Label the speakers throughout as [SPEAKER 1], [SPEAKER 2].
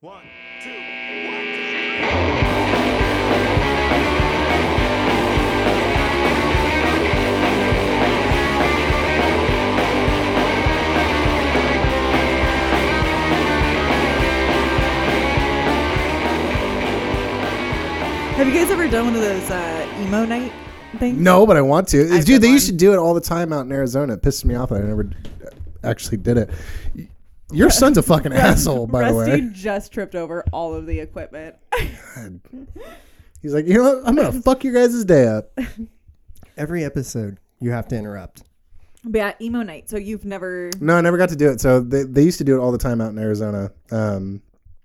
[SPEAKER 1] One, two,
[SPEAKER 2] Have you guys ever done one of those uh, emo night things?
[SPEAKER 3] No, but I want to.
[SPEAKER 2] I've
[SPEAKER 3] Dude,
[SPEAKER 2] done
[SPEAKER 3] they used to
[SPEAKER 2] one.
[SPEAKER 3] do it all the time out in Arizona. It pisses me off that I never actually did it. Your son's a fucking asshole, by the
[SPEAKER 2] Rusty
[SPEAKER 3] way.
[SPEAKER 2] just tripped over all of the equipment.
[SPEAKER 3] He's like, you know what? I'm going to fuck your guys' day up.
[SPEAKER 4] Every episode, you have to interrupt.
[SPEAKER 2] but yeah, emo night. So you've never.
[SPEAKER 3] No, I never got to do it. So they, they used to do it all the time out in Arizona. Um,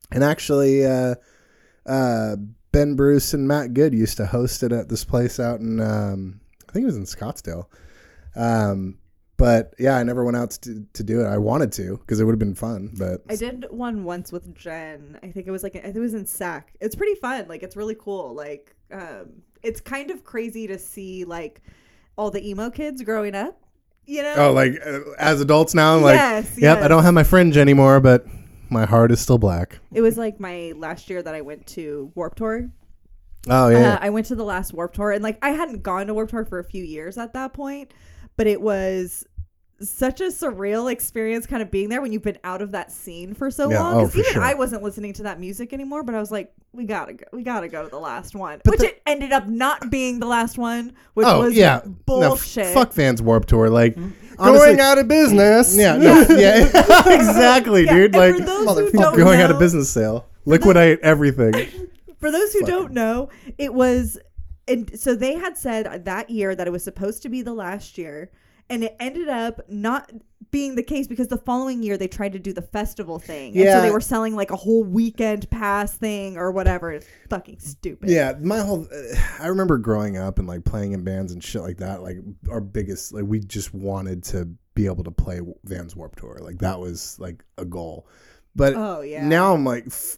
[SPEAKER 3] and actually, uh, uh, Ben Bruce and Matt Good used to host it at this place out in, um, I think it was in Scottsdale. Um, but yeah, I never went out to, to do it. I wanted to because it would have been fun, but
[SPEAKER 2] I did one once with Jen. I think it was like I think it was in SAC. It's pretty fun. Like it's really cool. Like um, it's kind of crazy to see like all the emo kids growing up. You know.
[SPEAKER 3] Oh, like uh, as adults now, I'm like,
[SPEAKER 2] Yes,
[SPEAKER 3] yep,
[SPEAKER 2] yes.
[SPEAKER 3] I don't have my fringe anymore, but my heart is still black.
[SPEAKER 2] It was like my last year that I went to Warp Tour.
[SPEAKER 3] Oh yeah,
[SPEAKER 2] Uh, I went to the last Warp Tour, and like I hadn't gone to Warp Tour for a few years at that point, but it was such a surreal experience, kind of being there when you've been out of that scene for so
[SPEAKER 3] Yeah,
[SPEAKER 2] long.
[SPEAKER 3] oh,
[SPEAKER 2] 'Cause
[SPEAKER 3] for
[SPEAKER 2] even
[SPEAKER 3] sure.
[SPEAKER 2] I wasn't listening to that music anymore, but I was like, we gotta go, we gotta go to the last one,
[SPEAKER 3] But
[SPEAKER 2] which
[SPEAKER 3] the-
[SPEAKER 2] it ended up not being the last one, which
[SPEAKER 3] oh
[SPEAKER 2] was
[SPEAKER 3] yeah, No, f-
[SPEAKER 2] bullshit. Mm-hmm.
[SPEAKER 3] fuck Vans Warp Tour, like honestly,
[SPEAKER 4] Going out of business.
[SPEAKER 3] yeah, no, yeah, exactly,
[SPEAKER 2] Yeah, and
[SPEAKER 3] dude. Like
[SPEAKER 2] for those who
[SPEAKER 3] fuck
[SPEAKER 2] don't
[SPEAKER 3] going out of
[SPEAKER 2] know-
[SPEAKER 3] business sale, liquidate everything.
[SPEAKER 2] For those who don't know, it was, and so they had said that year that it was supposed to be the last year, and it ended up not being the case because the following year they tried to do the festival thing, and so
[SPEAKER 3] Yeah.
[SPEAKER 2] they were selling like a whole weekend pass thing or whatever. It's fucking stupid.
[SPEAKER 3] Yeah, my whole. Uh, I remember growing up and like playing in bands and shit like that. Like our biggest, like we just wanted to be able to play Vans Warp Tour. Like that was like a goal. But
[SPEAKER 2] Oh, yeah.
[SPEAKER 3] now I'm like, f-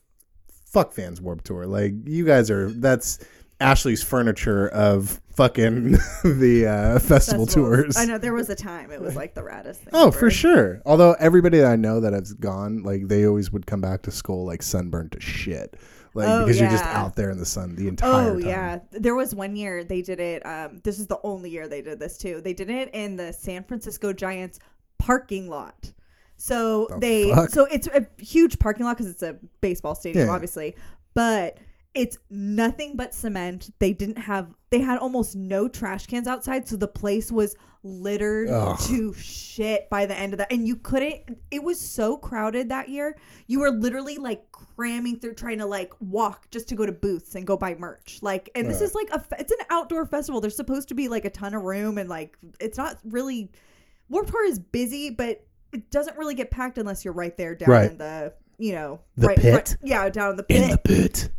[SPEAKER 3] fuck Vans Warp Tour. Like you guys are that's Ashley's furniture of fucking the uh, festival
[SPEAKER 2] Festivals.
[SPEAKER 3] tours.
[SPEAKER 2] I know there was a time it was like the raddest thing.
[SPEAKER 3] Oh,
[SPEAKER 2] ever.
[SPEAKER 3] for sure. Although everybody that I know that has gone, like they always would come back to school like sunburned to shit, like
[SPEAKER 2] Oh,
[SPEAKER 3] because you're just
[SPEAKER 2] yeah.
[SPEAKER 3] out there in the sun the entire
[SPEAKER 2] Oh
[SPEAKER 3] time.
[SPEAKER 2] yeah, there was one year they did it. Um, this is the only year they did this too. They did it in the San Francisco Giants parking lot. So they
[SPEAKER 3] fuck?
[SPEAKER 2] so it's a huge parking lot because it's a baseball stadium,
[SPEAKER 3] Yeah.
[SPEAKER 2] obviously, but it's nothing but cement. They didn't have they had almost no trash cans outside, so the place was littered
[SPEAKER 3] Ugh.
[SPEAKER 2] to shit by the end of that. And you couldn't it was so crowded that year. You were literally like cramming through trying to like walk just to go to booths and go buy merch. Like and this
[SPEAKER 3] Yeah.
[SPEAKER 2] is like a fe- it's an outdoor festival. There's supposed to be like a ton of room and like it's not really Warped Tour is busy, but it doesn't really get packed unless you're right there down
[SPEAKER 3] Right.
[SPEAKER 2] in the you know
[SPEAKER 3] The
[SPEAKER 2] right, right-
[SPEAKER 3] pit?
[SPEAKER 2] yeah, down in the pit.
[SPEAKER 3] pit.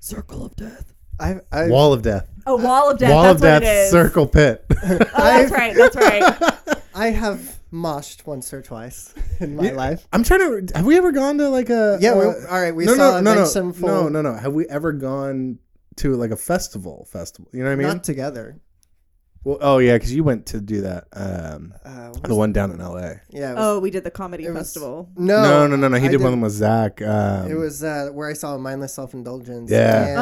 [SPEAKER 4] Circle of death. I've, I've,
[SPEAKER 3] Wall of death.
[SPEAKER 2] a wall of death.
[SPEAKER 3] Wall
[SPEAKER 2] that's
[SPEAKER 3] of
[SPEAKER 2] what
[SPEAKER 3] death.
[SPEAKER 2] it is.
[SPEAKER 3] Circle pit.
[SPEAKER 2] Oh, that's right. That's right.
[SPEAKER 4] I have moshed once or twice in my life.
[SPEAKER 3] I'm trying to. Have we ever gone to like a?
[SPEAKER 4] Yeah, we-
[SPEAKER 3] uh,
[SPEAKER 4] all right, we
[SPEAKER 3] no,
[SPEAKER 4] saw
[SPEAKER 3] no, no, no,
[SPEAKER 4] Vixen for-
[SPEAKER 3] no, no, no. Have we ever gone to like a festival? Festival. You know what I mean?
[SPEAKER 4] Not together.
[SPEAKER 3] well, oh yeah, because you went to do that. Um,
[SPEAKER 4] Uh,
[SPEAKER 3] the one down in L.A.
[SPEAKER 4] yeah. it was-
[SPEAKER 2] Oh, we did the comedy
[SPEAKER 4] it was-
[SPEAKER 2] festival.
[SPEAKER 4] No,
[SPEAKER 3] no, no, no, no. He
[SPEAKER 4] I
[SPEAKER 3] did one with Zach. Um,
[SPEAKER 4] It was uh, where I saw Mindless Self Indulgence.
[SPEAKER 3] Yeah.
[SPEAKER 4] And,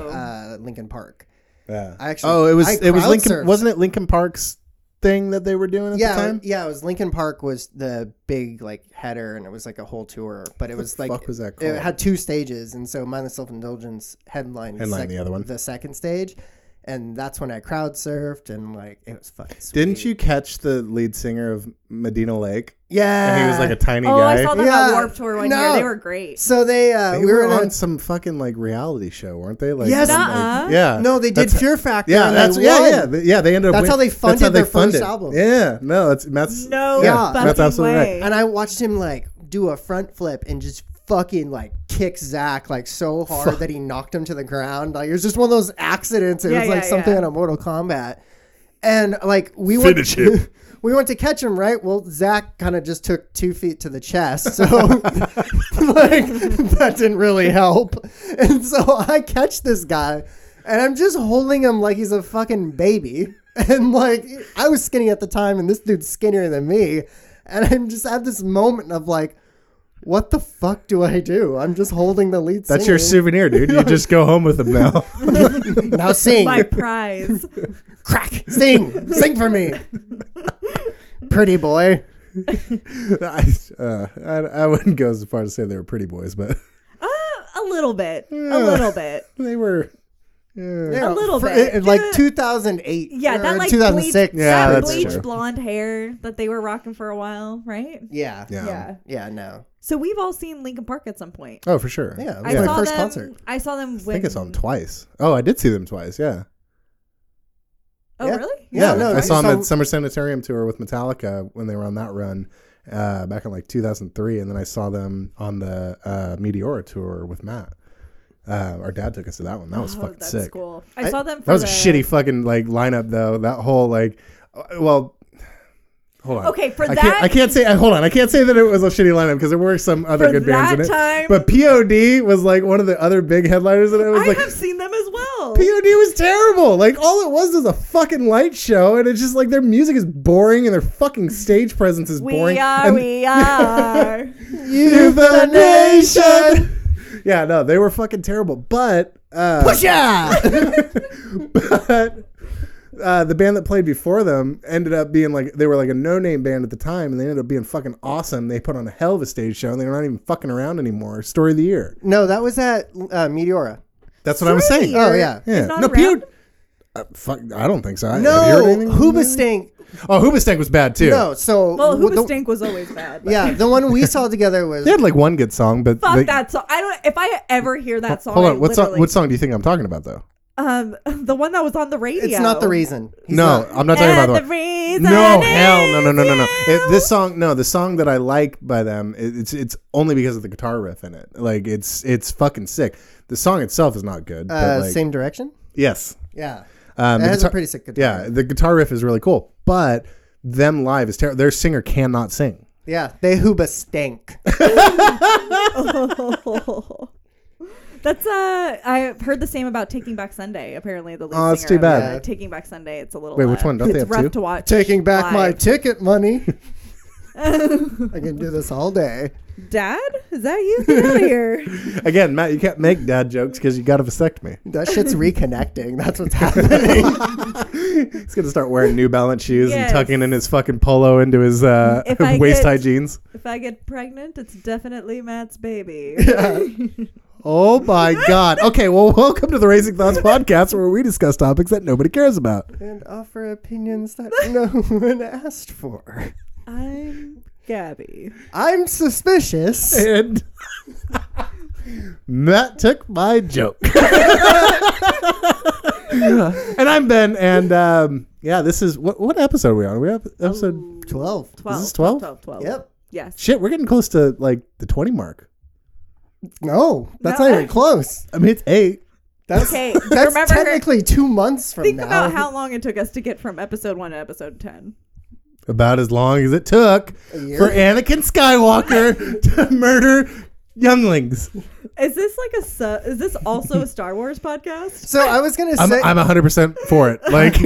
[SPEAKER 2] Oh.
[SPEAKER 4] Uh, Lincoln Park.
[SPEAKER 3] Yeah.
[SPEAKER 4] I actually-
[SPEAKER 3] oh, it was
[SPEAKER 4] I
[SPEAKER 3] it was
[SPEAKER 4] crowd
[SPEAKER 3] Lincoln.
[SPEAKER 4] surfed.
[SPEAKER 3] Wasn't it Lincoln Park's thing that they were doing at
[SPEAKER 4] yeah,
[SPEAKER 3] the time?
[SPEAKER 4] yeah. It was Lincoln Park was the big like header, and it was like a whole tour. But it was like
[SPEAKER 3] fuck was that
[SPEAKER 4] It
[SPEAKER 3] called?
[SPEAKER 4] had two stages, and so Mindless Self Indulgence headlined,
[SPEAKER 3] Headlined the other one.
[SPEAKER 4] the second stage, and that's when I crowd surfed, and like it was fucking. Sweet.
[SPEAKER 3] Didn't you catch the lead singer of Medina Lake?
[SPEAKER 4] Yeah,
[SPEAKER 3] And he was like a tiny
[SPEAKER 2] Oh,
[SPEAKER 3] guy.
[SPEAKER 2] I saw them at
[SPEAKER 4] Yeah.
[SPEAKER 2] Warped Tour one year.
[SPEAKER 4] No.
[SPEAKER 2] They were great.
[SPEAKER 4] So they, uh,
[SPEAKER 3] They
[SPEAKER 4] we
[SPEAKER 3] were,
[SPEAKER 4] were in
[SPEAKER 3] on
[SPEAKER 4] a-
[SPEAKER 3] some fucking like reality show, weren't they? Like,
[SPEAKER 4] Yes.
[SPEAKER 3] some, like-
[SPEAKER 2] Nuh-uh.
[SPEAKER 3] yeah.
[SPEAKER 4] no, they did
[SPEAKER 3] That's-
[SPEAKER 4] Fear Factor.
[SPEAKER 3] Yeah,
[SPEAKER 4] and
[SPEAKER 3] that's
[SPEAKER 4] they
[SPEAKER 3] yeah,
[SPEAKER 4] won.
[SPEAKER 3] yeah, th- yeah. They ended up.
[SPEAKER 4] That's how they
[SPEAKER 3] that's
[SPEAKER 4] funded their first
[SPEAKER 3] funded.
[SPEAKER 4] album.
[SPEAKER 3] Yeah, no, that's that's
[SPEAKER 2] No
[SPEAKER 3] yeah,
[SPEAKER 4] fucking
[SPEAKER 3] that's absolutely
[SPEAKER 2] way.
[SPEAKER 3] right.
[SPEAKER 4] And I watched him like do a front flip and just fucking like kick Zach like so hard that he knocked him to the ground. Like it was just one of those accidents. It
[SPEAKER 2] Yeah,
[SPEAKER 4] was like
[SPEAKER 2] yeah,
[SPEAKER 4] something
[SPEAKER 2] yeah.
[SPEAKER 4] in a Mortal Kombat. And like we went,
[SPEAKER 3] Finish him.
[SPEAKER 4] we went to catch him, right? Well, Zach kind of just took two feet to the chest, so like that didn't really help. And so I catch this guy, and I'm just holding him like he's a fucking baby. And like I was skinny at the time, and this dude's skinnier than me. And I'm just I have this moment of like, what the fuck do I do? I'm just holding the lead.
[SPEAKER 3] That's your
[SPEAKER 4] singer.
[SPEAKER 3] souvenir, dude. You just go home with them now.
[SPEAKER 4] now sing,
[SPEAKER 2] My prize.
[SPEAKER 4] crack, sing, sing for me, pretty boy.
[SPEAKER 3] I, uh, I, I wouldn't go as far to say they were pretty boys, but
[SPEAKER 2] Uh, a little bit.
[SPEAKER 3] Yeah.
[SPEAKER 2] A little bit.
[SPEAKER 3] they were. yeah.
[SPEAKER 4] You know,
[SPEAKER 2] little
[SPEAKER 4] for-
[SPEAKER 2] bit.
[SPEAKER 4] in, like
[SPEAKER 2] Yeah.
[SPEAKER 4] 2008.
[SPEAKER 2] Yeah, that
[SPEAKER 4] or
[SPEAKER 2] like
[SPEAKER 4] 2006.
[SPEAKER 2] bleached,
[SPEAKER 3] Yeah,
[SPEAKER 2] that
[SPEAKER 3] that's
[SPEAKER 2] bleached
[SPEAKER 3] true.
[SPEAKER 2] blonde hair that they were rocking for a while, right?
[SPEAKER 4] yeah, yeah,
[SPEAKER 3] Yeah.
[SPEAKER 2] Yeah.
[SPEAKER 4] yeah. No,
[SPEAKER 2] So we've all seen Linkin Park at some point.
[SPEAKER 3] Oh, for sure.
[SPEAKER 4] yeah. It was
[SPEAKER 2] I
[SPEAKER 4] my
[SPEAKER 2] saw
[SPEAKER 4] first
[SPEAKER 2] them.
[SPEAKER 4] concert.
[SPEAKER 2] I saw them. When,
[SPEAKER 3] I think I saw them twice. Oh, I did see them twice. Yeah.
[SPEAKER 2] Oh,
[SPEAKER 4] Yeah.
[SPEAKER 2] really?
[SPEAKER 4] Yeah,
[SPEAKER 3] Yeah.
[SPEAKER 4] no,
[SPEAKER 3] I
[SPEAKER 4] I
[SPEAKER 3] saw them
[SPEAKER 4] saw-
[SPEAKER 3] at Summer Sanitarium tour with Metallica when they were on that run uh, back in like 2003. And then I saw them on the uh, Meteora tour with Matt. Uh, our dad took us to that one. That was
[SPEAKER 2] Oh,
[SPEAKER 3] fucking
[SPEAKER 2] that's
[SPEAKER 3] sick.
[SPEAKER 2] cool. I, saw them. For
[SPEAKER 3] That was a
[SPEAKER 2] the-
[SPEAKER 3] shitty fucking like lineup though. That whole like, uh, well, hold on.
[SPEAKER 2] Okay, for
[SPEAKER 3] I
[SPEAKER 2] that-
[SPEAKER 3] can't, I can't say. uh, Hold on, I can't say that it was a shitty lineup because there were some other
[SPEAKER 2] For
[SPEAKER 3] good bands in
[SPEAKER 2] that
[SPEAKER 3] it.
[SPEAKER 2] time-
[SPEAKER 3] but Pod was like one of the other big headliners, and it was
[SPEAKER 2] I
[SPEAKER 3] like.
[SPEAKER 2] have seen them as well.
[SPEAKER 3] POD was terrible. Like all it was was a fucking light show, and it's just like their music is boring and their fucking stage presence is
[SPEAKER 2] we
[SPEAKER 3] boring.
[SPEAKER 2] are.
[SPEAKER 3] and
[SPEAKER 2] We are.
[SPEAKER 3] euthanasia. yeah, no, they were fucking terrible. But uh,
[SPEAKER 4] Yeah.
[SPEAKER 3] but uh, the band that played before them ended up being like they were like a no-name band at the time, and they ended up being fucking awesome. They put on a hell of a stage show, and they're not even fucking around anymore. Story of the year.
[SPEAKER 4] No, that was at uh, Meteora.
[SPEAKER 3] That's what I was
[SPEAKER 2] Story of
[SPEAKER 3] saying.
[SPEAKER 2] the Year
[SPEAKER 4] Oh, yeah.
[SPEAKER 3] yeah.
[SPEAKER 2] is not
[SPEAKER 3] no,
[SPEAKER 2] around?
[SPEAKER 3] P.O. Uh, fuck, I don't think so. I- have you heard
[SPEAKER 4] No,
[SPEAKER 3] anything from them?
[SPEAKER 4] Hoobastank.
[SPEAKER 3] Oh, Hoobastank was bad too.
[SPEAKER 4] No, so
[SPEAKER 2] Well,
[SPEAKER 4] w- the-
[SPEAKER 2] Hoobastank was always bad. but-
[SPEAKER 4] Yeah, the one we saw together was
[SPEAKER 3] They had like one good song, but
[SPEAKER 2] Fuck
[SPEAKER 3] they-
[SPEAKER 2] that song. I don't. If I ever hear that song,
[SPEAKER 3] Hold
[SPEAKER 2] I
[SPEAKER 3] on, what song?
[SPEAKER 2] literally-
[SPEAKER 3] What song do you think I'm talking about though?
[SPEAKER 2] Um, the one that was on the radio.
[SPEAKER 4] It's not the reason. He's
[SPEAKER 3] no,
[SPEAKER 4] not-
[SPEAKER 3] I'm not talking about
[SPEAKER 2] And
[SPEAKER 3] the.
[SPEAKER 2] the reason
[SPEAKER 3] No,
[SPEAKER 2] is
[SPEAKER 3] hell, no, no, no, no, no. It,
[SPEAKER 2] you.
[SPEAKER 3] this song, no, the song that I like by them, it, it's it's only because of the guitar riff in it. Like it's it's fucking sick. The song itself is not good.
[SPEAKER 4] uh,
[SPEAKER 3] but like,
[SPEAKER 4] same direction.
[SPEAKER 3] Yes.
[SPEAKER 4] Yeah,
[SPEAKER 3] Um,
[SPEAKER 4] it
[SPEAKER 3] the
[SPEAKER 4] has
[SPEAKER 3] guitar-
[SPEAKER 4] a pretty sick guitar.
[SPEAKER 3] yeah, the guitar riff is really cool, but them live is terrible. Their singer cannot sing.
[SPEAKER 4] yeah, they Hooba stank.
[SPEAKER 2] That's uh, I've heard the same about Taking Back Sunday. Apparently, the lead
[SPEAKER 3] Oh, that's
[SPEAKER 2] singer
[SPEAKER 3] too
[SPEAKER 2] of,
[SPEAKER 3] bad.
[SPEAKER 2] uh, Taking Back Sunday. It's a little.
[SPEAKER 3] Wait, which
[SPEAKER 2] uh,
[SPEAKER 3] one? Don't they
[SPEAKER 2] it's
[SPEAKER 3] have
[SPEAKER 2] rough
[SPEAKER 3] two?
[SPEAKER 2] to watch.
[SPEAKER 4] Taking back my
[SPEAKER 2] live.
[SPEAKER 4] ticket money. I can do this all day.
[SPEAKER 2] Dad, is that you? Get out of here.
[SPEAKER 3] Again, Matt, you can't make dad jokes because you got a vasectomy.
[SPEAKER 4] That shit's reconnecting. That's what's happening.
[SPEAKER 3] He's gonna start wearing New Balance shoes
[SPEAKER 2] Yes.
[SPEAKER 3] and tucking in his fucking polo into his uh,
[SPEAKER 2] If I
[SPEAKER 3] waist
[SPEAKER 2] get-
[SPEAKER 3] high jeans.
[SPEAKER 2] If I get pregnant, it's definitely Matt's baby.
[SPEAKER 3] Oh my god. Okay, well, welcome to the Racing Thoughts podcast where we discuss topics that nobody cares about.
[SPEAKER 4] and offer opinions that no one asked for.
[SPEAKER 2] I'm Gabby.
[SPEAKER 4] I'm suspicious.
[SPEAKER 3] And Matt took my joke. and I'm Ben, and um, yeah, this is what what episode are we on? Are we on episode
[SPEAKER 4] Twelve.
[SPEAKER 2] 12.
[SPEAKER 3] Is this 12?
[SPEAKER 2] 12, 12.
[SPEAKER 4] Yep.
[SPEAKER 2] Yes.
[SPEAKER 3] shit? We're getting close to like the twenty mark.
[SPEAKER 4] No, that's
[SPEAKER 2] No.
[SPEAKER 4] not even close.
[SPEAKER 3] I mean, it's eight.
[SPEAKER 4] That's
[SPEAKER 2] Okay.
[SPEAKER 4] that's
[SPEAKER 2] remember,
[SPEAKER 4] technically two months from
[SPEAKER 2] think
[SPEAKER 4] now.
[SPEAKER 2] about how long it took us to get from episode one to episode 10.
[SPEAKER 3] About as long as it took
[SPEAKER 4] year?
[SPEAKER 3] for Anakin Skywalker to murder younglings.
[SPEAKER 2] Is this like a su- is this also a Star Wars podcast?
[SPEAKER 4] so I was gonna
[SPEAKER 3] I'm,
[SPEAKER 4] say.
[SPEAKER 3] I'm 100% for it. Like,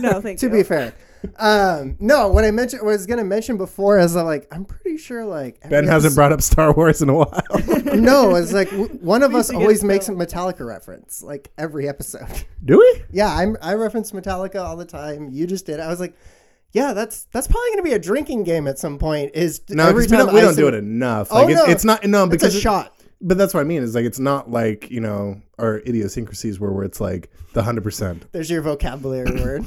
[SPEAKER 2] No, thank
[SPEAKER 4] to
[SPEAKER 2] you.
[SPEAKER 4] be fair. Um, no, what I mentioned was gonna mention before is uh, like I'm pretty sure like
[SPEAKER 3] Ben hasn't brought up Star Wars in a while.
[SPEAKER 4] brought no, it's like w- one of
[SPEAKER 2] We
[SPEAKER 4] us
[SPEAKER 2] should get
[SPEAKER 4] always
[SPEAKER 2] it
[SPEAKER 4] makes a Metallica reference like every episode.
[SPEAKER 3] Do we?
[SPEAKER 4] Yeah, I'm I reference Metallica all the time. You just did. I was like, yeah, that's that's probably gonna be a drinking game at some point. Is
[SPEAKER 3] No, 'cause we don't, we don't do it enough. Like,
[SPEAKER 4] Oh,
[SPEAKER 3] it's,
[SPEAKER 4] no.
[SPEAKER 3] it's not, no,
[SPEAKER 4] It's a
[SPEAKER 3] because, it-
[SPEAKER 4] shot.
[SPEAKER 3] but that's what I mean. Is like, it's not like, you know, our idiosyncrasies where, where it's like the 100%.
[SPEAKER 4] There's your vocabulary word.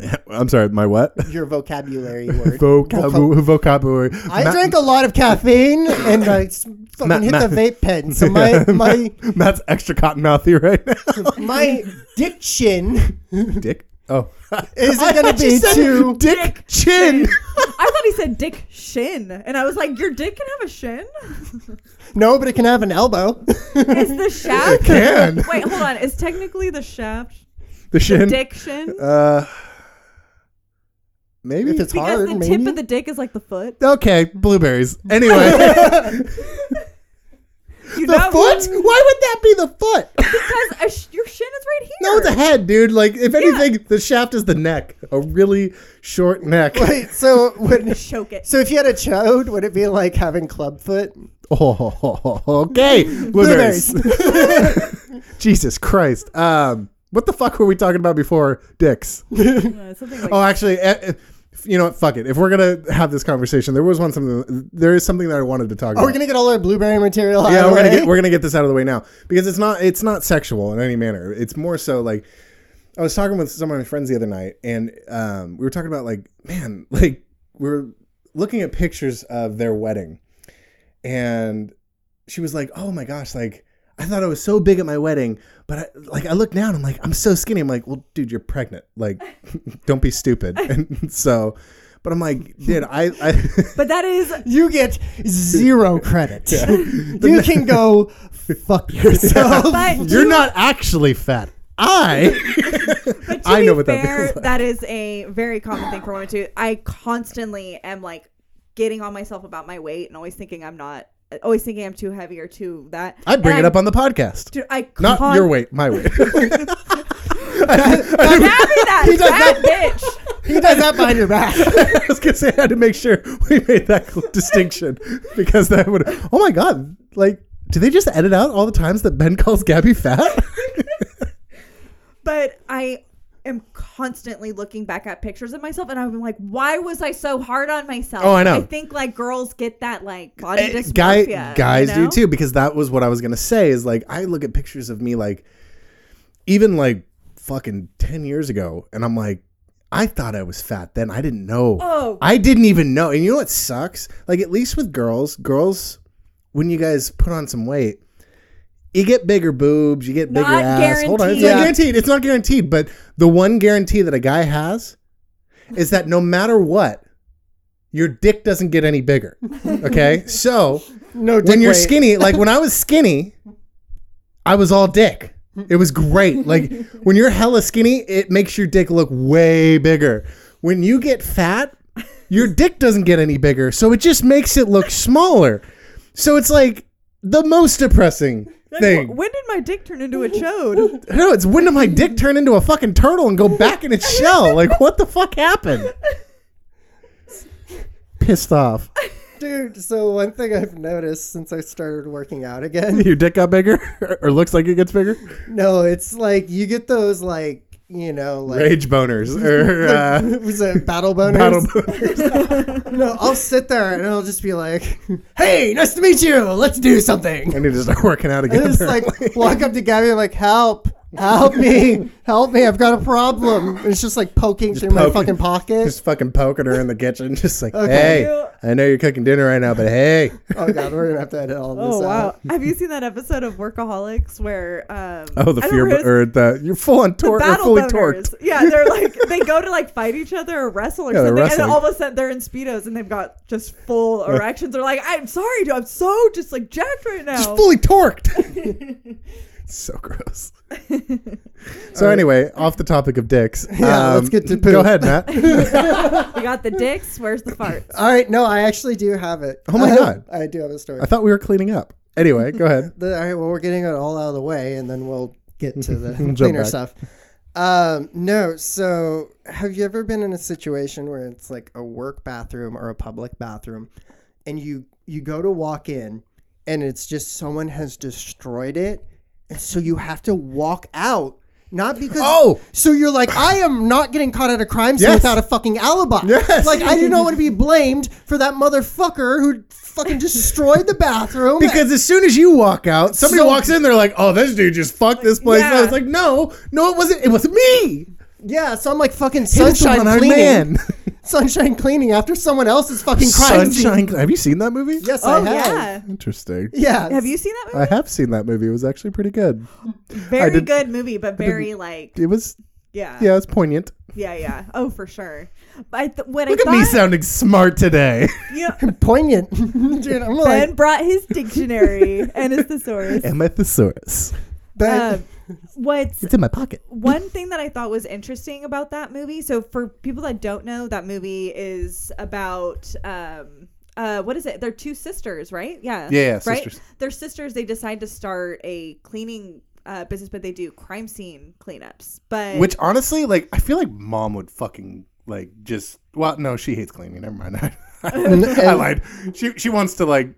[SPEAKER 3] I'm sorry, my what?
[SPEAKER 4] Your vocabulary word.
[SPEAKER 3] Vocabu- vocabulary.
[SPEAKER 4] I
[SPEAKER 3] Matt-
[SPEAKER 4] drank a lot of caffeine and I s- fucking
[SPEAKER 3] Matt-
[SPEAKER 4] hit
[SPEAKER 3] Matt-
[SPEAKER 4] the vape pen. So my my
[SPEAKER 3] Matt's extra cotton mouthy right now.
[SPEAKER 4] my diction
[SPEAKER 3] Dick. Oh.
[SPEAKER 4] isn't
[SPEAKER 3] I
[SPEAKER 4] going to
[SPEAKER 3] thought you
[SPEAKER 4] be
[SPEAKER 3] said
[SPEAKER 4] too.
[SPEAKER 3] Dick Chin.
[SPEAKER 2] I thought he said dick shin, and I was like, your dick can have a shin?
[SPEAKER 4] No, but it can have an elbow.
[SPEAKER 2] Is the shaft?
[SPEAKER 3] Can.
[SPEAKER 2] Wait, hold on. Is technically the shaft
[SPEAKER 3] The shin.
[SPEAKER 2] dick shin?
[SPEAKER 3] Uh, maybe
[SPEAKER 4] if it's
[SPEAKER 2] Because
[SPEAKER 4] hard,
[SPEAKER 2] the
[SPEAKER 4] maybe.
[SPEAKER 2] tip of the dick is like the foot.
[SPEAKER 3] okay. Blueberries. Anyway,
[SPEAKER 2] You
[SPEAKER 3] the
[SPEAKER 2] know,
[SPEAKER 3] foot? Why would that be the foot?
[SPEAKER 2] Because a sh- your shin is right here.
[SPEAKER 3] No, the head, dude. Like, if anything, the shaft is the neck. A really short neck.
[SPEAKER 4] Wait, so would
[SPEAKER 2] choke it.
[SPEAKER 4] so if you had a chode, would it be like having club foot?
[SPEAKER 3] Oh, okay. Blueberries. Jesus Christ. Um, what the fuck were we talking about before dicks?
[SPEAKER 2] Uh, something like
[SPEAKER 3] Oh, actually, eh, eh, you know what? Fuck it. If we're gonna have this conversation, there was one something. There is something that I wanted to talk
[SPEAKER 4] Are
[SPEAKER 3] about.
[SPEAKER 4] we gonna get all our blueberry material? out
[SPEAKER 3] yeah, we're
[SPEAKER 4] of the
[SPEAKER 3] gonna
[SPEAKER 4] way?
[SPEAKER 3] get we're gonna get this out of the way now because it's not it's not sexual in any manner. It's more so like I was talking with some of my friends the other night, and um, we were talking about like man, like we were looking at pictures of their wedding, and she was like, "Oh my gosh, like." I thought I was so big at my wedding, but I, like I look down, I'm like I'm so skinny. I'm like, well, dude, you're pregnant. Like, don't be stupid. And so, but I'm like, dude, I, I
[SPEAKER 2] But that is
[SPEAKER 4] You get zero credit. you can go fuck yourself.
[SPEAKER 2] But-
[SPEAKER 3] You're not actually fat. I.
[SPEAKER 2] But to
[SPEAKER 3] I
[SPEAKER 2] be
[SPEAKER 3] know what that
[SPEAKER 2] fair,
[SPEAKER 3] feels like.
[SPEAKER 2] that is a very common thing for women too. I constantly am like getting on myself about my weight and always thinking I'm not, always thinking I'm too heavy or too that.
[SPEAKER 3] I bring
[SPEAKER 2] And
[SPEAKER 3] it up
[SPEAKER 2] I-
[SPEAKER 3] on the podcast.
[SPEAKER 2] Dude, I
[SPEAKER 3] Not
[SPEAKER 2] con-
[SPEAKER 3] your weight, my weight.
[SPEAKER 2] I'm having that, that, bitch.
[SPEAKER 4] he does that behind your back.
[SPEAKER 3] I was gonna say I had to make sure we made that cl- distinction because that would. Oh my god! Like, do they just edit out all the times that Ben calls Gabby fat?
[SPEAKER 2] But I am constantly looking back at pictures of myself and I'm like, why was I so hard on myself?
[SPEAKER 3] Oh, I know.
[SPEAKER 2] I think like girls get that like body
[SPEAKER 3] Eh,
[SPEAKER 2] dysmorphia.
[SPEAKER 3] guy, guys
[SPEAKER 2] you know?
[SPEAKER 3] do too because that was what I was gonna say is like I look at pictures of me like even like fucking ten years ago and I'm like I thought I was fat then I didn't know
[SPEAKER 2] Oh.
[SPEAKER 3] I didn't even know and you know what sucks like at least with girls girls when you guys put on some weight you get bigger boobs you get bigger
[SPEAKER 2] Not
[SPEAKER 3] ass hold on it's
[SPEAKER 2] guaranteed.
[SPEAKER 3] not
[SPEAKER 2] Yeah.
[SPEAKER 3] guaranteed it's not guaranteed but the one guarantee that a guy has is that no matter what your dick doesn't get any bigger okay so
[SPEAKER 4] No,
[SPEAKER 3] when
[SPEAKER 4] dick
[SPEAKER 3] you're
[SPEAKER 4] weight.
[SPEAKER 3] skinny, like when I was skinny, I was all dick. It was great. Like when you're hella skinny, it makes your dick look way bigger. When you get fat, your dick doesn't get any bigger, so it just makes it look smaller. So it's like the most depressing thing.
[SPEAKER 2] When did my dick turn into a chode?
[SPEAKER 3] No, it's when did my dick turn into a fucking turtle and go back in its shell? Like what the fuck happened? Pissed off.
[SPEAKER 4] Dude, so one thing I've noticed since I started working out again,
[SPEAKER 3] Your dick got bigger or looks like it gets bigger?
[SPEAKER 4] no, it's like you get those like you know like
[SPEAKER 3] rage boners or uh,
[SPEAKER 4] was it battle boners?
[SPEAKER 3] battle boners.
[SPEAKER 4] no, I'll sit there and I'll just be like, "Hey, nice to meet you. Let's do something."
[SPEAKER 3] I need to start working out
[SPEAKER 4] And
[SPEAKER 3] again.
[SPEAKER 4] just like walk up to Gabby and like, "Help, help me, help me! I've got a problem." And it's just like poking through my
[SPEAKER 3] poking.
[SPEAKER 4] fucking pocket.
[SPEAKER 3] just fucking poking her in the kitchen, just like,
[SPEAKER 4] Okay.
[SPEAKER 3] hey, I know you're cooking dinner right now, but hey,
[SPEAKER 4] oh god, we're gonna have to edit all this
[SPEAKER 2] Oh wow!
[SPEAKER 4] out.
[SPEAKER 2] Have you seen that episode of Workaholics where? Um,
[SPEAKER 3] oh the
[SPEAKER 2] I don't
[SPEAKER 3] fear
[SPEAKER 2] remember
[SPEAKER 3] bo-
[SPEAKER 2] his-
[SPEAKER 3] or the you're full on
[SPEAKER 2] the
[SPEAKER 3] torque or
[SPEAKER 2] battle
[SPEAKER 3] fully
[SPEAKER 2] boners.
[SPEAKER 3] torqued.
[SPEAKER 2] Yeah, they're like they go to like fight each other or wrestle or
[SPEAKER 3] Yeah, they're
[SPEAKER 2] something, and then
[SPEAKER 3] wrestling.
[SPEAKER 2] all of a sudden they're in speedos and they've got just full erections. They're like, "I'm sorry, dude, I'm so just like jacked right now."
[SPEAKER 3] Just fully torqued. so gross. so anyway, off the topic of dicks. um,
[SPEAKER 4] Yeah, let's get to poop.
[SPEAKER 3] Go ahead, Matt.
[SPEAKER 2] we got the dicks. Where's the farts?
[SPEAKER 4] All right, no, I actually do have it.
[SPEAKER 3] Oh my God.
[SPEAKER 4] I do have a story.
[SPEAKER 3] I thought we were cleaning up. Anyway, go ahead.
[SPEAKER 4] the, all right, well, we're getting it all out of the way, and then we'll get to the
[SPEAKER 3] jump
[SPEAKER 4] cleaner
[SPEAKER 3] back.
[SPEAKER 4] stuff. Um, no, so have you ever been in a situation where it's like a work bathroom or a public bathroom, and you you go to walk in, and it's just someone has destroyed it, and so you have to walk out. Not because
[SPEAKER 3] Oh!
[SPEAKER 4] so you're like I am not getting caught at a crime scene
[SPEAKER 3] Yes.
[SPEAKER 4] without a fucking alibi.
[SPEAKER 3] Yes.
[SPEAKER 4] Like I do not want to be blamed for that motherfucker who fucking destroyed the bathroom
[SPEAKER 3] Because as soon as you walk out, somebody
[SPEAKER 4] So-
[SPEAKER 3] walks in, they're like, "Oh, this dude just fucked this place." up."
[SPEAKER 2] Yeah.
[SPEAKER 3] it's like, "No, no, it wasn't. It wasn't me."
[SPEAKER 4] Yeah, so I'm like fucking
[SPEAKER 3] It's the
[SPEAKER 4] sunshine
[SPEAKER 3] one-eyed
[SPEAKER 4] cleaning. Sunshine cleaning after someone else's fucking crime. scene.
[SPEAKER 3] Sunshine. Have you seen that movie?
[SPEAKER 4] Yes,
[SPEAKER 2] Oh
[SPEAKER 4] I have.
[SPEAKER 2] yeah,
[SPEAKER 3] Interesting.
[SPEAKER 4] Yeah.
[SPEAKER 2] have you seen that movie?
[SPEAKER 3] I have seen that movie. It was actually pretty good.
[SPEAKER 2] Very
[SPEAKER 3] did-
[SPEAKER 2] good movie, but very like
[SPEAKER 3] It was,
[SPEAKER 2] yeah,
[SPEAKER 3] yeah, it's poignant.
[SPEAKER 2] yeah, yeah. Oh, for sure. But I th- what
[SPEAKER 3] Look
[SPEAKER 2] I
[SPEAKER 3] at me
[SPEAKER 2] thought,
[SPEAKER 3] sounding smart today.
[SPEAKER 2] you know,
[SPEAKER 4] Poignant. Dude, I'm
[SPEAKER 2] Ben
[SPEAKER 4] like,
[SPEAKER 2] brought his dictionary and his thesaurus.
[SPEAKER 3] Am I thesaurus?
[SPEAKER 4] Ben.
[SPEAKER 2] Um, what's
[SPEAKER 3] It's in my pocket.
[SPEAKER 2] one thing that I thought was interesting about that movie. So for people that don't know, that movie is about um uh what is it? They're two sisters, right? Yeah.
[SPEAKER 3] Yeah, yeah,
[SPEAKER 2] right?
[SPEAKER 3] sisters.
[SPEAKER 2] They're sisters. They decide to start a cleaning uh, business, but they do crime scene cleanups. But
[SPEAKER 3] Which honestly, like, I feel like mom would fucking like just. Well, no, she hates cleaning. Never mind. I, lied. She she wants to like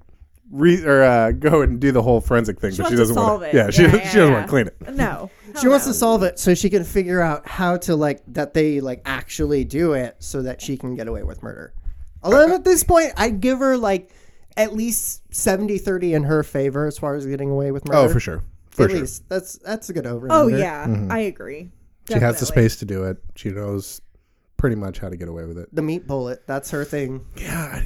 [SPEAKER 3] re- or uh, go and do the whole forensic thing,
[SPEAKER 2] She
[SPEAKER 3] but
[SPEAKER 2] wants
[SPEAKER 3] she
[SPEAKER 2] to
[SPEAKER 3] doesn't
[SPEAKER 2] solve it.
[SPEAKER 3] want to. Yeah, she,
[SPEAKER 2] Yeah,
[SPEAKER 3] she
[SPEAKER 2] yeah,
[SPEAKER 3] doesn't
[SPEAKER 2] yeah.
[SPEAKER 3] want to clean it.
[SPEAKER 2] No.
[SPEAKER 4] She
[SPEAKER 2] Hell
[SPEAKER 4] wants
[SPEAKER 2] no.
[SPEAKER 4] to solve it so she can figure out how to like that they like actually do it so that she can get away with murder. Although at this point I'd give her like at least 70-30 in her favor as far as getting away with murder.
[SPEAKER 3] Oh, for sure. For
[SPEAKER 4] at
[SPEAKER 3] sure.
[SPEAKER 4] least that's that's a good over.
[SPEAKER 2] Oh
[SPEAKER 4] under.
[SPEAKER 2] yeah, I agree.
[SPEAKER 3] Mm-hmm. She has
[SPEAKER 2] Definitely.
[SPEAKER 3] the space to do it. She knows pretty much how to get away with it.
[SPEAKER 4] the meat bullet. That's her thing.
[SPEAKER 3] Yeah.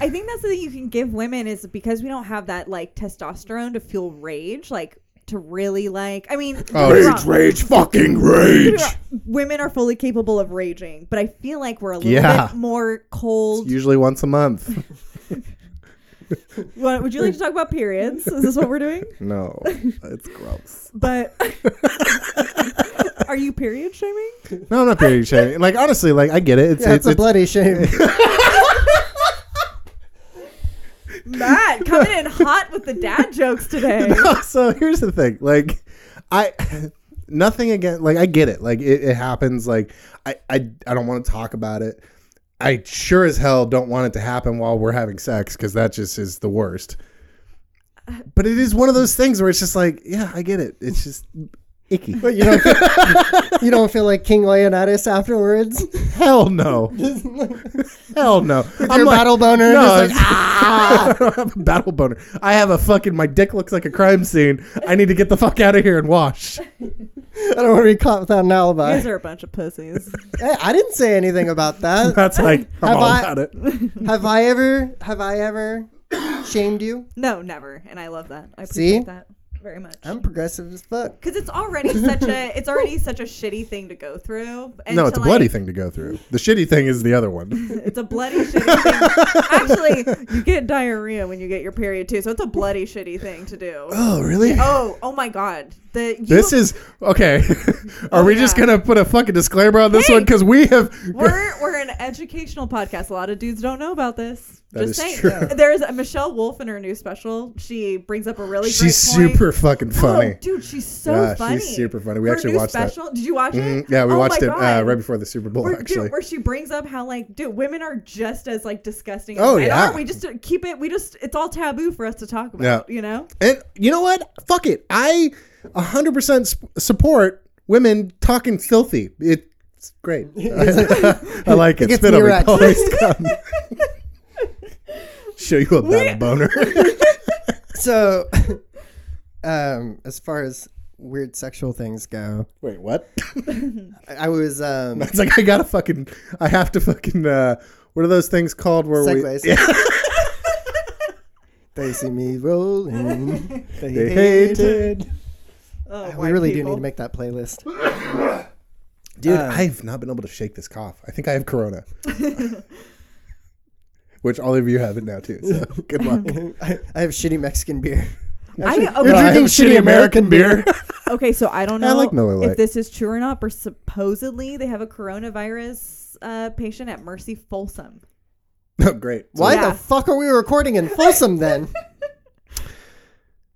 [SPEAKER 2] I think that's the thing you can give women is because we don't have that like testosterone to fuel rage, like to really like. I mean, don't get me wrong.
[SPEAKER 3] Oh, rage, fucking
[SPEAKER 2] Don't
[SPEAKER 3] rage.
[SPEAKER 2] get me wrong, Women are fully capable of raging, but I feel like we're a little
[SPEAKER 3] Yeah.
[SPEAKER 2] bit more cold.
[SPEAKER 3] Usually once a month.
[SPEAKER 2] What- Would you like to talk about periods? Is this what we're doing?
[SPEAKER 3] No, it's gross.
[SPEAKER 2] But are you period shaming?
[SPEAKER 3] No, I'm not period shaming. Like honestly, like I get it. It's
[SPEAKER 4] Yeah,
[SPEAKER 3] it's,
[SPEAKER 4] it's, a
[SPEAKER 3] it's-
[SPEAKER 4] bloody shame.
[SPEAKER 2] Matt coming in hot with the dad jokes today.
[SPEAKER 3] so here's the thing like i nothing again like i get it like it, it happens like i i, I don't want to talk about it i sure as hell don't want it to happen while we're having sex because that just is the worst but it is one of those things where it's just like yeah i get it it's just icky
[SPEAKER 4] but you don't feel, you don't feel like King Leonidas afterwards.
[SPEAKER 3] hell no hell no i'm
[SPEAKER 4] Your
[SPEAKER 3] like-
[SPEAKER 4] battle boner.
[SPEAKER 3] no,
[SPEAKER 4] just like, "Ah!"
[SPEAKER 3] I don't have a battle boner. I have a fucking. My dick looks like a crime scene. I need to get the fuck out of here and wash.
[SPEAKER 4] I don't want to be caught without an
[SPEAKER 2] You
[SPEAKER 4] alibi.
[SPEAKER 2] guys are a bunch of pussies.
[SPEAKER 4] Hey, I didn't say anything about that.
[SPEAKER 3] That's like I'm
[SPEAKER 4] Have
[SPEAKER 3] all
[SPEAKER 4] I-
[SPEAKER 3] about it.
[SPEAKER 4] have I ever have I ever shamed you?
[SPEAKER 2] No, never. And I love that. I
[SPEAKER 4] See?
[SPEAKER 2] appreciate that very much.
[SPEAKER 4] I'm progressive as fuck.
[SPEAKER 2] Because it's already such a it's already such a shitty thing to go through. And
[SPEAKER 3] no,
[SPEAKER 2] to,
[SPEAKER 3] it's a
[SPEAKER 2] like-
[SPEAKER 3] bloody thing to go through. The shitty thing is the other one.
[SPEAKER 2] It's a bloody shitty thing. Actually, you get diarrhea when you get your period too, so it's a bloody shitty thing to do.
[SPEAKER 3] oh, really?
[SPEAKER 2] Oh, oh my god. The you,
[SPEAKER 3] This is okay. Are we just
[SPEAKER 2] yeah.
[SPEAKER 3] gonna put a fucking disclaimer on this
[SPEAKER 2] Hey!
[SPEAKER 3] one because we have?
[SPEAKER 2] we're we're an educational podcast. A lot of dudes don't know about this.
[SPEAKER 3] That
[SPEAKER 2] Just saying.
[SPEAKER 3] is true.
[SPEAKER 2] There's a Michelle Wolf in her new special. She brings up a really
[SPEAKER 3] She's
[SPEAKER 2] great point.
[SPEAKER 3] super fucking funny.
[SPEAKER 2] Oh, dude, she's so
[SPEAKER 3] Yeah, she's
[SPEAKER 2] funny.
[SPEAKER 3] super funny. We
[SPEAKER 2] Her
[SPEAKER 3] actually
[SPEAKER 2] new
[SPEAKER 3] watched that.
[SPEAKER 2] special, Did you watch
[SPEAKER 3] Mm,
[SPEAKER 2] it?
[SPEAKER 3] yeah, we
[SPEAKER 2] Oh
[SPEAKER 3] watched
[SPEAKER 2] my
[SPEAKER 3] it uh,
[SPEAKER 2] God.
[SPEAKER 3] right before the Super Bowl.
[SPEAKER 2] Where,
[SPEAKER 3] actually,
[SPEAKER 2] dude, where she brings up how like, dude, women are just as like disgusting.
[SPEAKER 3] Oh,
[SPEAKER 2] as men
[SPEAKER 3] yeah.
[SPEAKER 2] are. we just uh, keep it. We just it's all taboo for us to talk about.
[SPEAKER 3] Yeah.
[SPEAKER 2] You know,
[SPEAKER 3] and you know what? Fuck it. I 100 percent support women talking filthy. It's great. I, like it.
[SPEAKER 4] gets
[SPEAKER 3] Spit
[SPEAKER 4] me
[SPEAKER 3] on me.
[SPEAKER 4] erect.
[SPEAKER 3] Always come. Show you a battle boner.
[SPEAKER 4] So, um, as far as weird sexual things go,
[SPEAKER 3] Wait, what?
[SPEAKER 4] I, I was um,
[SPEAKER 3] It's like I gotta fucking, I have to fucking. uh What are those things called? Where
[SPEAKER 4] segues.
[SPEAKER 3] we? Yeah.
[SPEAKER 4] They see me rolling. They,
[SPEAKER 3] They
[SPEAKER 4] hate it.
[SPEAKER 3] hated.
[SPEAKER 2] oh,
[SPEAKER 4] We really do need to make that playlist.
[SPEAKER 3] Dude, I've not been able to shake this cough. I think I have corona. Which all of you have it now too. So good luck.
[SPEAKER 4] I, I have shitty Mexican beer.
[SPEAKER 2] I-
[SPEAKER 4] Actually,
[SPEAKER 2] okay.
[SPEAKER 4] you're
[SPEAKER 2] No, I
[SPEAKER 4] drinking shitty American beer.
[SPEAKER 2] Okay, so I don't know
[SPEAKER 3] I like Miller Lite.
[SPEAKER 2] if this is true or not, but supposedly they have a coronavirus uh, patient at Mercy Folsom.
[SPEAKER 3] Oh, great. So,
[SPEAKER 4] Why
[SPEAKER 2] Yeah.
[SPEAKER 4] the fuck are we recording in Folsom then?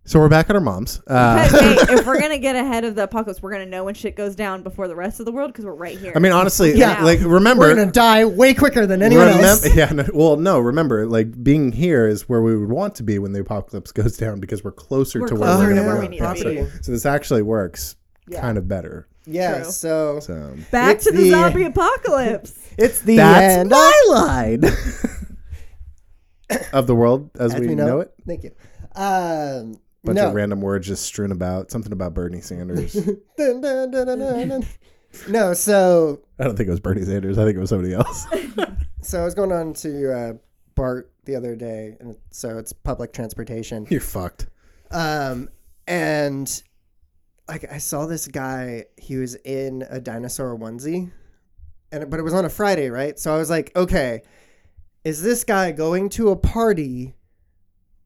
[SPEAKER 3] so we're back at our mom's. Uh,
[SPEAKER 2] But hey, if we're gonna get ahead of the apocalypse, we're gonna know when shit goes down before the rest of the world because we're right here.
[SPEAKER 3] I mean, honestly,
[SPEAKER 2] Yeah.
[SPEAKER 3] like remember,
[SPEAKER 4] We're gonna die way quicker than anyone
[SPEAKER 3] remem-
[SPEAKER 4] else.
[SPEAKER 3] yeah. No, well, no, remember, like being here is where we would want to be when the apocalypse goes down because we're closer
[SPEAKER 2] We're
[SPEAKER 3] to
[SPEAKER 2] closer
[SPEAKER 3] where,
[SPEAKER 4] to
[SPEAKER 3] we're
[SPEAKER 4] where
[SPEAKER 3] gonna
[SPEAKER 4] we
[SPEAKER 3] be.
[SPEAKER 4] need to
[SPEAKER 3] So-
[SPEAKER 4] be.
[SPEAKER 3] so this actually works kind of better.
[SPEAKER 4] Yeah,
[SPEAKER 2] True.
[SPEAKER 4] so
[SPEAKER 3] So
[SPEAKER 2] back
[SPEAKER 4] it's
[SPEAKER 2] to the,
[SPEAKER 4] the-
[SPEAKER 2] zombie apolicse.
[SPEAKER 4] it's the end.
[SPEAKER 3] line of the world as,
[SPEAKER 4] As
[SPEAKER 3] we, know, it.
[SPEAKER 4] Thank you. Um,
[SPEAKER 3] Bunch
[SPEAKER 4] no.
[SPEAKER 3] of random words just strewn about. Something about Bernie Sanders.
[SPEAKER 4] Dun, dun, dun, dun, dun, dun. no, so
[SPEAKER 3] I don't think it was Bernie Sanders. I think it was somebody else.
[SPEAKER 4] so I was going on to uh, Bart the other day, and so it's public transportation.
[SPEAKER 3] You're fucked.
[SPEAKER 4] Um, and like I saw this guy, he was in a dinosaur onesie, and but it was on a Friday, right? So I was like, okay, is this guy going to a party,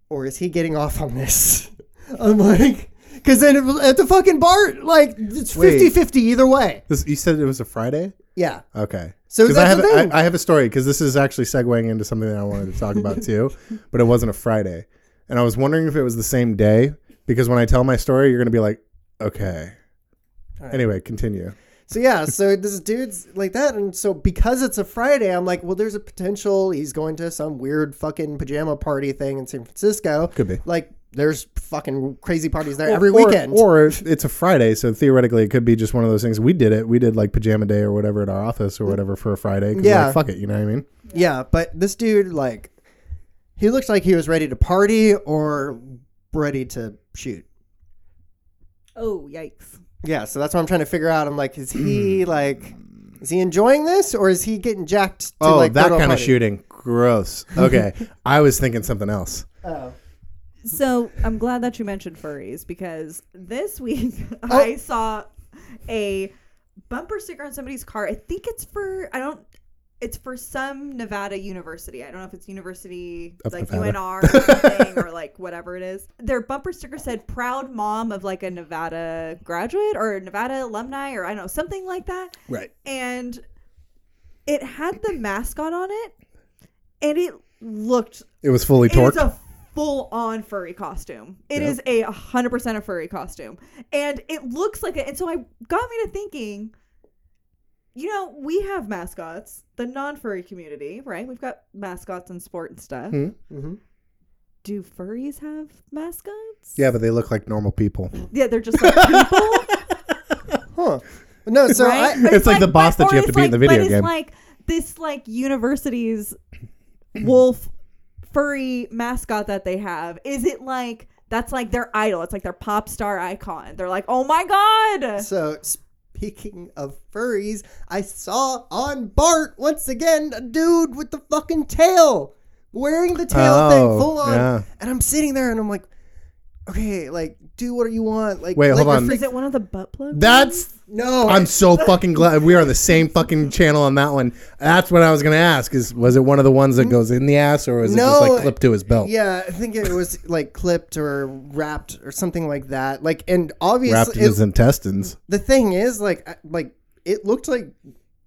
[SPEAKER 4] or is he getting off on this? I'm like, because then it- at the fucking bar, like it's
[SPEAKER 3] Wait.
[SPEAKER 4] 50 50 either way.
[SPEAKER 3] This, you said it was a Friday.
[SPEAKER 4] Yeah.
[SPEAKER 3] Okay.
[SPEAKER 4] So
[SPEAKER 3] 'Cause I
[SPEAKER 4] that's
[SPEAKER 3] have
[SPEAKER 4] the thing.
[SPEAKER 3] I, I have a story because this is actually segueing into something that I wanted to talk about too, but it wasn't a Friday, and I was wondering if it was the same day because when I tell my story, you're gonna be like, okay. Anyway, continue.
[SPEAKER 4] So yeah, so this dude's like that, and so because it's a Friday, I'm like, well, there's a potential he's going to some weird fucking pajama party thing in San Francisco.
[SPEAKER 3] Could be.
[SPEAKER 4] Like, there's fucking crazy parties there every
[SPEAKER 3] Or-
[SPEAKER 4] weekend.
[SPEAKER 3] Or it's a Friday, so theoretically it could be just one of those things. We did it. We did like pajama day or whatever at our office or whatever for a Friday. 'cause we're
[SPEAKER 4] Yeah.
[SPEAKER 3] like, fuck it. You know what I mean?
[SPEAKER 4] yeah, but this dude, like, he looks like he was ready to party or ready to shoot.
[SPEAKER 2] Oh yikes!
[SPEAKER 4] Yeah, so that's what I'm trying to figure out. I'm like, is he
[SPEAKER 3] Hmm.
[SPEAKER 4] like, is he enjoying this or is he getting jacked? To,
[SPEAKER 3] oh,
[SPEAKER 4] like,
[SPEAKER 3] that
[SPEAKER 4] go to a
[SPEAKER 3] kind of
[SPEAKER 4] party?
[SPEAKER 3] shooting. Gross. Okay, I was thinking something else.
[SPEAKER 4] Oh.
[SPEAKER 2] So I'm glad that you mentioned furries because this week
[SPEAKER 3] Oh.
[SPEAKER 2] I saw a bumper sticker on somebody's car. I think it's for I don't. It's for some Nevada university. I don't know if it's university
[SPEAKER 3] Of
[SPEAKER 2] like
[SPEAKER 3] Nevada.
[SPEAKER 2] UNR or something or like whatever it is. Their bumper sticker said "proud mom of like a Nevada graduate or Nevada alumni or I don't know something like that."
[SPEAKER 3] Right.
[SPEAKER 2] and it had the mascot on it, and it looked
[SPEAKER 3] It was fully
[SPEAKER 2] it is
[SPEAKER 3] torqued.
[SPEAKER 2] a full on furry costume. It
[SPEAKER 3] Yeah.
[SPEAKER 2] is a hundred percent a furry costume, and it looks like it. And so I got me to thinking. You know, we have mascots, the non furry community, right? We've got mascots in sport and stuff.
[SPEAKER 3] Hmm.
[SPEAKER 4] Mhm.
[SPEAKER 2] Do furries have mascots?
[SPEAKER 3] Yeah, but they look like normal people.
[SPEAKER 2] Yeah, they're just like people.
[SPEAKER 4] Huh. No, so
[SPEAKER 2] right?
[SPEAKER 4] I,
[SPEAKER 2] But
[SPEAKER 3] It's like the boss
[SPEAKER 2] but-
[SPEAKER 3] that you
[SPEAKER 2] or
[SPEAKER 3] have to
[SPEAKER 2] it's
[SPEAKER 3] beat in the video
[SPEAKER 2] but
[SPEAKER 3] game.
[SPEAKER 2] It's like this, like university's wolf furry mascot that they have. Is it like that's like their idol? It's like their pop star icon. They're like, oh my god.
[SPEAKER 4] So speaking of furries, I saw on Bart once again a dude with the fucking tail, wearing the tail
[SPEAKER 3] Oh,
[SPEAKER 4] thing full on,
[SPEAKER 3] yeah.
[SPEAKER 4] and I'm sitting there and I'm like, okay, like do what you want. Like
[SPEAKER 3] Wait,
[SPEAKER 4] like
[SPEAKER 3] hold
[SPEAKER 4] you're
[SPEAKER 3] on.
[SPEAKER 4] freak-
[SPEAKER 2] Is it one of the butt plugs?
[SPEAKER 3] That's.
[SPEAKER 4] No,
[SPEAKER 3] I'm so fucking glad we are on the same fucking channel on that one. That's what I was gonna ask. Is was it one of the ones that goes in the ass, or was it just
[SPEAKER 4] No,
[SPEAKER 3] like clipped to his belt?
[SPEAKER 4] yeah, I think it was like clipped or wrapped or something like that. Like, and
[SPEAKER 3] wrapped
[SPEAKER 4] obviously,
[SPEAKER 3] in
[SPEAKER 4] it-
[SPEAKER 3] his intestines.
[SPEAKER 4] the thing is, like, I- like it looked like.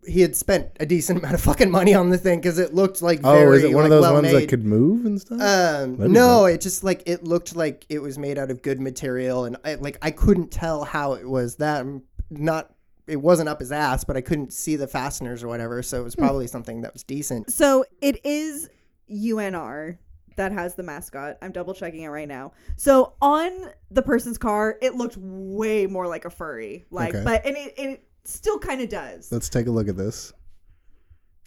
[SPEAKER 4] He had spent a decent amount of fucking money on the thing because it looked like
[SPEAKER 3] Oh,
[SPEAKER 4] very,
[SPEAKER 3] is it one
[SPEAKER 4] like,
[SPEAKER 3] of those
[SPEAKER 4] well
[SPEAKER 3] ones
[SPEAKER 4] made.
[SPEAKER 3] that could move and stuff? That'd
[SPEAKER 4] Um,
[SPEAKER 3] be
[SPEAKER 4] no, it just like it looked like it was made out of good material, and I, like I couldn't tell how it was that I'm not. It wasn't up his ass, but I couldn't see the fasteners or whatever, so it was
[SPEAKER 3] Hmm.
[SPEAKER 4] probably something that was decent.
[SPEAKER 2] So it is UNR that has the mascot. I'm double checking it right now. So on the person's car, it looked way more like a furry. Like,
[SPEAKER 3] Okay.
[SPEAKER 2] but and it, it still kind of does.
[SPEAKER 3] Let's take a look at this.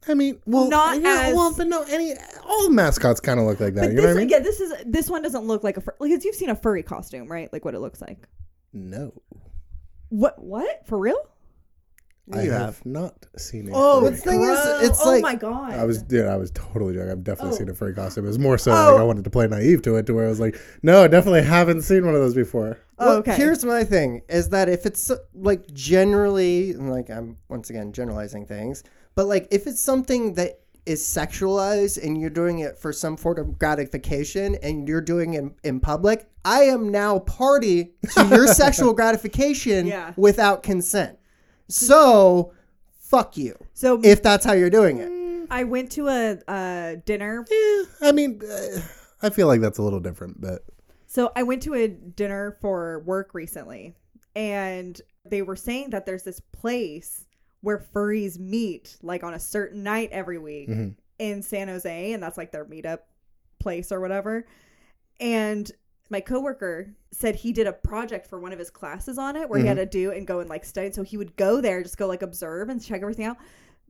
[SPEAKER 3] I mean, well,
[SPEAKER 2] Not
[SPEAKER 3] yeah,
[SPEAKER 2] as-
[SPEAKER 3] well, but no, any all mascots kind of look like that.
[SPEAKER 2] But
[SPEAKER 3] you know
[SPEAKER 2] this,
[SPEAKER 3] what I mean?
[SPEAKER 2] yeah, this is this one doesn't look like a fur because you've seen a furry costume, right? Like what it looks like.
[SPEAKER 3] No,
[SPEAKER 2] What? What? For real?
[SPEAKER 3] I
[SPEAKER 4] You
[SPEAKER 3] have not seen it.
[SPEAKER 4] the thing is, it's
[SPEAKER 2] oh
[SPEAKER 4] like-
[SPEAKER 2] my god!
[SPEAKER 3] I was, dude, I was totally joking. I've definitely
[SPEAKER 2] Oh.
[SPEAKER 3] seen a furry costume. It was more so
[SPEAKER 2] Oh.
[SPEAKER 3] like I wanted to play naive to it, to where I was like, no, I definitely haven't seen one of those before.
[SPEAKER 2] Oh,
[SPEAKER 4] Well,
[SPEAKER 2] okay.
[SPEAKER 4] Here's my thing: is that if it's uh, like generally, and, like I'm once again generalizing things, but like if it's something that is sexualized and you're doing it for some form of gratification and you're doing it in, in public, I am now party to your sexual gratification
[SPEAKER 2] Yeah.
[SPEAKER 4] without consent. So, fuck you
[SPEAKER 2] so
[SPEAKER 4] if that's how you're doing it.
[SPEAKER 2] I went to a uh, dinner.
[SPEAKER 3] Eh, I mean, eh, I feel like that's a little different, but
[SPEAKER 2] So I went to a dinner for work recently, and they were saying that there's this place where furries meet, like on a certain night every week
[SPEAKER 3] Mhm.
[SPEAKER 2] in San Jose, and that's like their meetup place or whatever. And my coworker said he did a project for one of his classes on it where he had to
[SPEAKER 3] Mm-hmm.
[SPEAKER 2] do and go and like study. So he would go there, just go like observe and check everything out.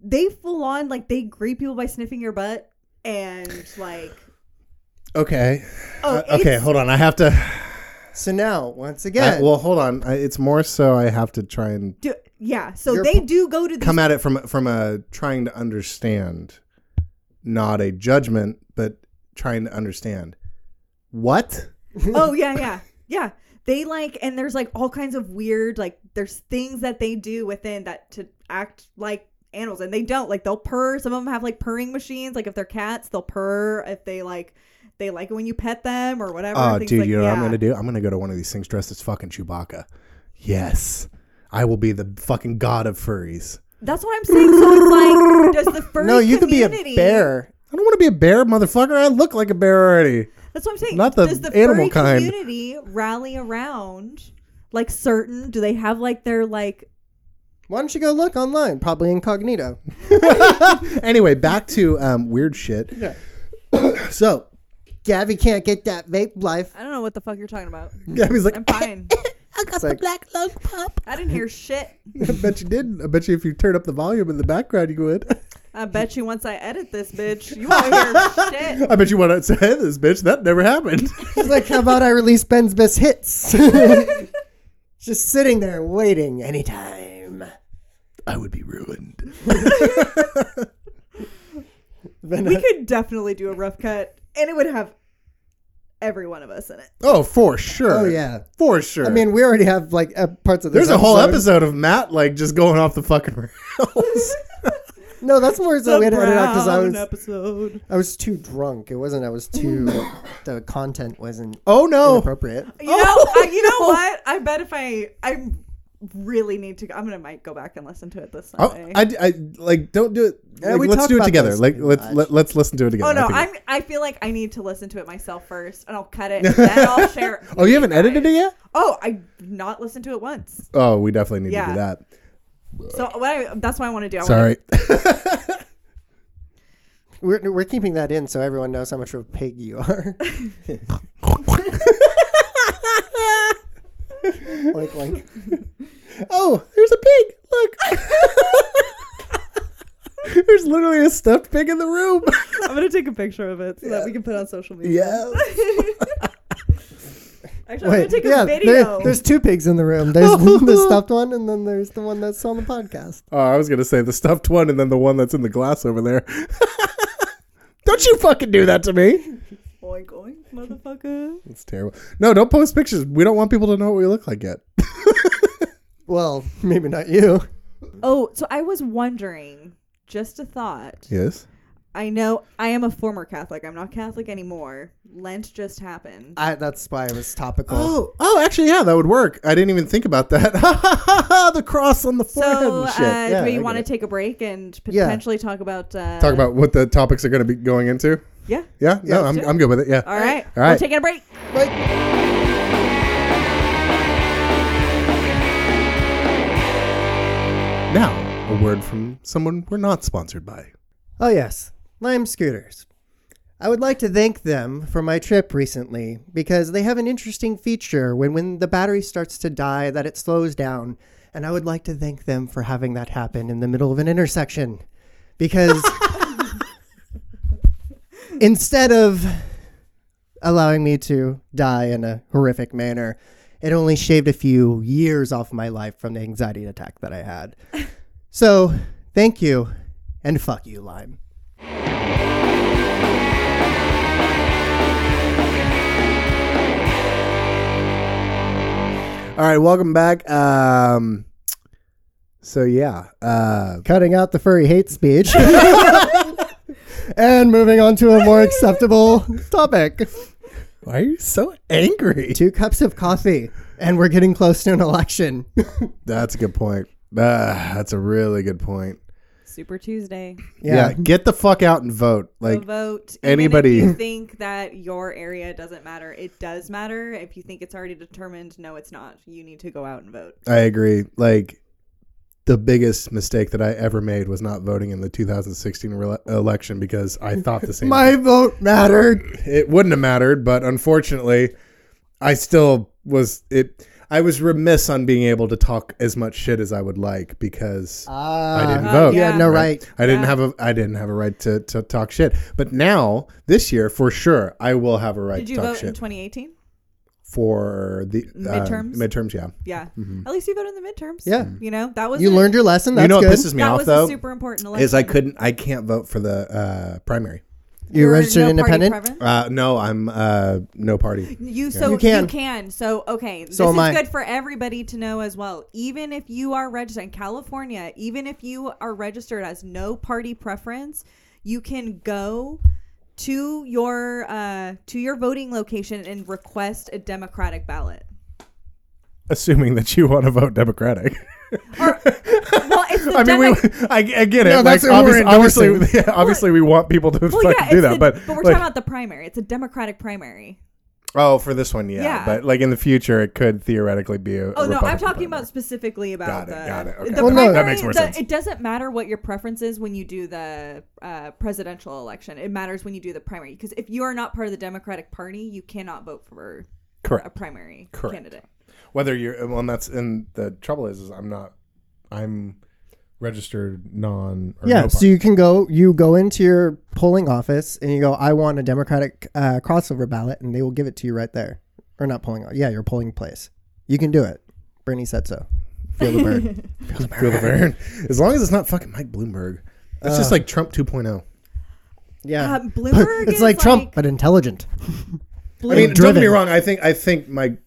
[SPEAKER 2] They full on like they greet people by sniffing your butt and like
[SPEAKER 3] okay,
[SPEAKER 2] oh
[SPEAKER 3] Uh, okay,
[SPEAKER 2] it's-
[SPEAKER 3] hold on, I have to.
[SPEAKER 4] So now, once
[SPEAKER 3] I-
[SPEAKER 4] again,
[SPEAKER 3] well, hold on. I, it's more so I have to try and
[SPEAKER 2] do, yeah. So
[SPEAKER 4] Your
[SPEAKER 2] they do go to these
[SPEAKER 3] come at it from from a trying to understand, not a judgment, but trying to understand. What?
[SPEAKER 2] oh yeah yeah yeah they like and there's like all kinds of weird like there's things that they do within that to act like animals and they don't like they'll purr some of them have like purring machines like if they're cats they'll purr if they like they like it when you pet them or whatever
[SPEAKER 3] Oh,
[SPEAKER 2] things
[SPEAKER 3] dude,
[SPEAKER 2] like-
[SPEAKER 3] you know what I'm
[SPEAKER 2] yeah.
[SPEAKER 3] gonna do? I'm gonna go to one of these things dressed as fucking Chewbacca. Yes, I will be the fucking god of furries.
[SPEAKER 2] that's what i'm saying so it's like does the furry
[SPEAKER 4] no, you could be a
[SPEAKER 2] community-
[SPEAKER 4] bear.
[SPEAKER 3] I don't want to be a bear, motherfucker. I look like a bear already.
[SPEAKER 2] That's what I'm saying.
[SPEAKER 3] Not the
[SPEAKER 2] Does the
[SPEAKER 3] animal
[SPEAKER 2] furry
[SPEAKER 3] kind.
[SPEAKER 2] community rally around like certain? Do they have like their like
[SPEAKER 4] Why don't you go look online? Probably incognito.
[SPEAKER 3] Anyway, back to um, weird shit. so
[SPEAKER 4] Gabby can't get that vape life.
[SPEAKER 2] I don't know what the fuck you're talking about.
[SPEAKER 3] Gabby's like,
[SPEAKER 2] I'm fine.
[SPEAKER 4] I got
[SPEAKER 3] the like-
[SPEAKER 4] black lung pop.
[SPEAKER 2] I didn't hear shit.
[SPEAKER 3] I bet you did. I bet you if you turn up the volume in the background, you would.
[SPEAKER 2] I bet you once I edit this bitch, you won't hear shit.
[SPEAKER 3] I bet you want to say this, bitch. That never happened.
[SPEAKER 4] She's like, how about I release Ben's best hits? Just sitting there waiting anytime.
[SPEAKER 3] I would be ruined.
[SPEAKER 4] Ben,
[SPEAKER 2] We could definitely do a rough cut, and it would have every one of us in it.
[SPEAKER 3] Oh, for sure.
[SPEAKER 4] Oh, yeah.
[SPEAKER 3] for sure.
[SPEAKER 4] I mean, we already have like uh, parts of this.
[SPEAKER 3] there's a whole episode of Matt like just going off the fucking rails.
[SPEAKER 4] No, that's more so we had to edit out because I
[SPEAKER 2] Brown
[SPEAKER 4] was
[SPEAKER 2] episode.
[SPEAKER 4] I was too drunk. It wasn't. I was too. the content wasn't
[SPEAKER 3] oh no.
[SPEAKER 4] appropriate.
[SPEAKER 2] You know, I, you know what? I bet if I, I really need to. I'm gonna might go back and listen to it this
[SPEAKER 3] Oh,
[SPEAKER 2] Sunday.
[SPEAKER 3] I, I like don't do it.
[SPEAKER 4] Yeah,
[SPEAKER 3] like,
[SPEAKER 4] we
[SPEAKER 3] let's
[SPEAKER 4] talked
[SPEAKER 3] do it
[SPEAKER 4] about
[SPEAKER 3] together.
[SPEAKER 4] this
[SPEAKER 3] Like
[SPEAKER 4] pretty
[SPEAKER 3] let's
[SPEAKER 4] much.
[SPEAKER 3] let, let's listen to it together.
[SPEAKER 2] oh no,
[SPEAKER 3] I
[SPEAKER 2] I'm.
[SPEAKER 3] think-
[SPEAKER 2] I feel like I need to listen to it myself first, and I'll cut it. and then I'll share. it
[SPEAKER 3] Oh,
[SPEAKER 2] with
[SPEAKER 3] you haven't edited it
[SPEAKER 2] guys.
[SPEAKER 3] yet?
[SPEAKER 2] Oh, I not listened to it once.
[SPEAKER 3] Oh, we definitely need to
[SPEAKER 2] Yeah.
[SPEAKER 3] do that.
[SPEAKER 2] So what I, that's what I want to do. I wanna,
[SPEAKER 3] Sorry.
[SPEAKER 4] We're we're keeping that in so everyone knows how much of a pig you are. like like.
[SPEAKER 3] oh, there's a pig. Look. there's literally a stuffed pig in the room.
[SPEAKER 2] I'm gonna take a picture of it so that we can put it on social media.
[SPEAKER 3] yeah.
[SPEAKER 2] Actually, I'm gonna take a
[SPEAKER 4] there-
[SPEAKER 2] video.
[SPEAKER 4] there's two pigs in the room. There's the stuffed one, and then there's the one that's on the podcast.
[SPEAKER 3] Oh, I was gonna say the stuffed one, and then the one that's in the glass over there. don't you fucking do that to me.
[SPEAKER 2] oink oink, motherfucker.
[SPEAKER 3] It's terrible. No, don't post pictures. We don't want people to know what we look like yet.
[SPEAKER 4] Well, maybe not you.
[SPEAKER 2] Oh, so I was wondering, just a thought.
[SPEAKER 3] Yes.
[SPEAKER 2] I know I am a former Catholic. I'm not Catholic anymore. Lent just happened.
[SPEAKER 4] I, that's why it was topical.
[SPEAKER 3] Oh, oh, actually, yeah, that would work. I didn't even think about that. the cross on the forehead
[SPEAKER 2] So,
[SPEAKER 3] and
[SPEAKER 2] uh,
[SPEAKER 3] shit. Yeah,
[SPEAKER 2] do
[SPEAKER 3] I
[SPEAKER 2] we
[SPEAKER 3] get
[SPEAKER 2] want to
[SPEAKER 3] it.
[SPEAKER 2] take a break and
[SPEAKER 4] Yeah.
[SPEAKER 2] potentially talk about? Uh,
[SPEAKER 3] talk about what the topics are going to be going into?
[SPEAKER 2] Yeah.
[SPEAKER 3] Yeah. No,
[SPEAKER 4] let's
[SPEAKER 3] I'm,
[SPEAKER 2] do it.
[SPEAKER 3] I'm good with it. Yeah.
[SPEAKER 2] All right.
[SPEAKER 3] All right.
[SPEAKER 2] We're taking a break.
[SPEAKER 4] Like,
[SPEAKER 3] Now, a word from someone we're not sponsored by.
[SPEAKER 4] oh yes, Lime scooters. I would like to thank them for my trip recently because they have an interesting feature when when the battery starts to die that it slows down, and I would like to thank them for having that happen in the middle of an intersection, because instead of allowing me to die in a horrific manner. It only shaved a few years off my life from the anxiety attack that I had. So, thank you, and fuck you, Lime.
[SPEAKER 3] All right, welcome back. Um, so yeah, uh,
[SPEAKER 4] Cutting out the furry hate speech. and moving on to a more acceptable topic.
[SPEAKER 3] why are you so angry?
[SPEAKER 4] Two cups of coffee, and we're getting close to an election.
[SPEAKER 3] That's a good point. Ah, that's a really good point.
[SPEAKER 2] Super Tuesday.
[SPEAKER 3] Yeah.
[SPEAKER 4] Yeah.
[SPEAKER 3] get the fuck out and vote. Like,
[SPEAKER 2] Go vote.
[SPEAKER 3] anybody-
[SPEAKER 2] Even if you think that your area doesn't matter, it does matter. If you think it's already determined, no, it's not. You need to go out and vote.
[SPEAKER 3] I agree. Like, the biggest mistake that I ever made was not voting in the 2016 re- election because I thought the same.
[SPEAKER 4] My vote mattered.
[SPEAKER 3] it wouldn't have mattered, but unfortunately, I still was it. I was remiss on being able to talk as much shit as I would like because
[SPEAKER 4] Ah,
[SPEAKER 3] I didn't
[SPEAKER 2] Uh,
[SPEAKER 3] vote.
[SPEAKER 4] You had no
[SPEAKER 2] Yeah.
[SPEAKER 4] right.
[SPEAKER 3] I didn't
[SPEAKER 2] Yeah.
[SPEAKER 3] have a I didn't have a right to, to talk shit. But now this year for sure I will have a right
[SPEAKER 2] Did
[SPEAKER 3] to
[SPEAKER 2] you
[SPEAKER 3] talk
[SPEAKER 2] vote
[SPEAKER 3] shit
[SPEAKER 2] in 2018?
[SPEAKER 3] for the uh,
[SPEAKER 2] Midterms?
[SPEAKER 3] midterms, yeah.
[SPEAKER 2] Yeah. At least you voted in the midterms.
[SPEAKER 4] Yeah.
[SPEAKER 2] You know, that was
[SPEAKER 4] You
[SPEAKER 2] a-
[SPEAKER 4] learned your lesson. That's
[SPEAKER 3] Mm-hmm. you know what
[SPEAKER 4] good.
[SPEAKER 3] pisses me
[SPEAKER 2] that
[SPEAKER 3] off
[SPEAKER 2] was
[SPEAKER 3] though
[SPEAKER 2] a super important election.
[SPEAKER 3] is I couldn't I can't vote for the uh, primary.
[SPEAKER 4] You're
[SPEAKER 2] You're
[SPEAKER 4] registered
[SPEAKER 2] no party
[SPEAKER 4] independent?
[SPEAKER 2] preference?
[SPEAKER 3] Uh, no, I'm uh, no party.
[SPEAKER 2] You so
[SPEAKER 4] You
[SPEAKER 2] you
[SPEAKER 4] can.
[SPEAKER 2] can. So okay,
[SPEAKER 4] So
[SPEAKER 2] this
[SPEAKER 4] am
[SPEAKER 2] is
[SPEAKER 4] I.
[SPEAKER 2] good for everybody to know as well. Even if you are registered in California, even if you are registered as no party preference, you can go to your uh, to your voting location and request a Democratic ballot.
[SPEAKER 3] Assuming that you want to vote Democratic.
[SPEAKER 2] Well, it's the
[SPEAKER 3] I mean, we,
[SPEAKER 2] Demo-
[SPEAKER 3] I, I get it.
[SPEAKER 4] No,
[SPEAKER 3] like,
[SPEAKER 4] that's what
[SPEAKER 3] obviously,
[SPEAKER 4] we're
[SPEAKER 3] obviously,
[SPEAKER 4] endorsing.
[SPEAKER 3] yeah, obviously we want people to
[SPEAKER 2] well,
[SPEAKER 3] fucking
[SPEAKER 2] yeah,
[SPEAKER 3] do
[SPEAKER 2] it's
[SPEAKER 3] that.
[SPEAKER 2] the-
[SPEAKER 3] but
[SPEAKER 2] we're
[SPEAKER 3] like,
[SPEAKER 2] talking about the primary. It's a Democratic primary.
[SPEAKER 3] Oh, for this one, yeah.
[SPEAKER 2] Yeah.
[SPEAKER 3] But like in the future, it could theoretically be a. a
[SPEAKER 2] Oh no, I'm
[SPEAKER 3] Republican
[SPEAKER 2] talking
[SPEAKER 3] primary.
[SPEAKER 2] about specifically about
[SPEAKER 3] Got it,
[SPEAKER 2] the,
[SPEAKER 3] got it, okay.
[SPEAKER 2] the
[SPEAKER 3] Well,
[SPEAKER 4] no, that
[SPEAKER 2] primary-
[SPEAKER 3] makes more
[SPEAKER 2] the-
[SPEAKER 3] sense.
[SPEAKER 2] It doesn't matter what your preference is when you do the uh, presidential election. It matters when you do the primary because if you are not part of the Democratic Party, you cannot vote for a
[SPEAKER 3] correct.
[SPEAKER 2] primary
[SPEAKER 3] Correct.
[SPEAKER 2] candidate.
[SPEAKER 3] Whether you're well, and that's and the trouble is, is I'm not. I'm registered non. Or
[SPEAKER 4] Yeah,
[SPEAKER 3] no
[SPEAKER 4] so you can go you go into your polling office and you go, I want a Democratic uh, crossover ballot, and they will give it to you right there. Or not polling, yeah, your polling place. You can do it. Bernie said so. Feel the bird.
[SPEAKER 3] party. Feel the burn. As long as it's not fucking Mike Bloomberg. That's just like Trump oh. 2.0.
[SPEAKER 4] Yeah,
[SPEAKER 2] Uh, Bloomberg
[SPEAKER 4] it's
[SPEAKER 2] is
[SPEAKER 4] like Trump,
[SPEAKER 2] like-
[SPEAKER 4] but intelligent.
[SPEAKER 3] I mean, don't get me
[SPEAKER 4] driven.
[SPEAKER 3] wrong. I think I think Mike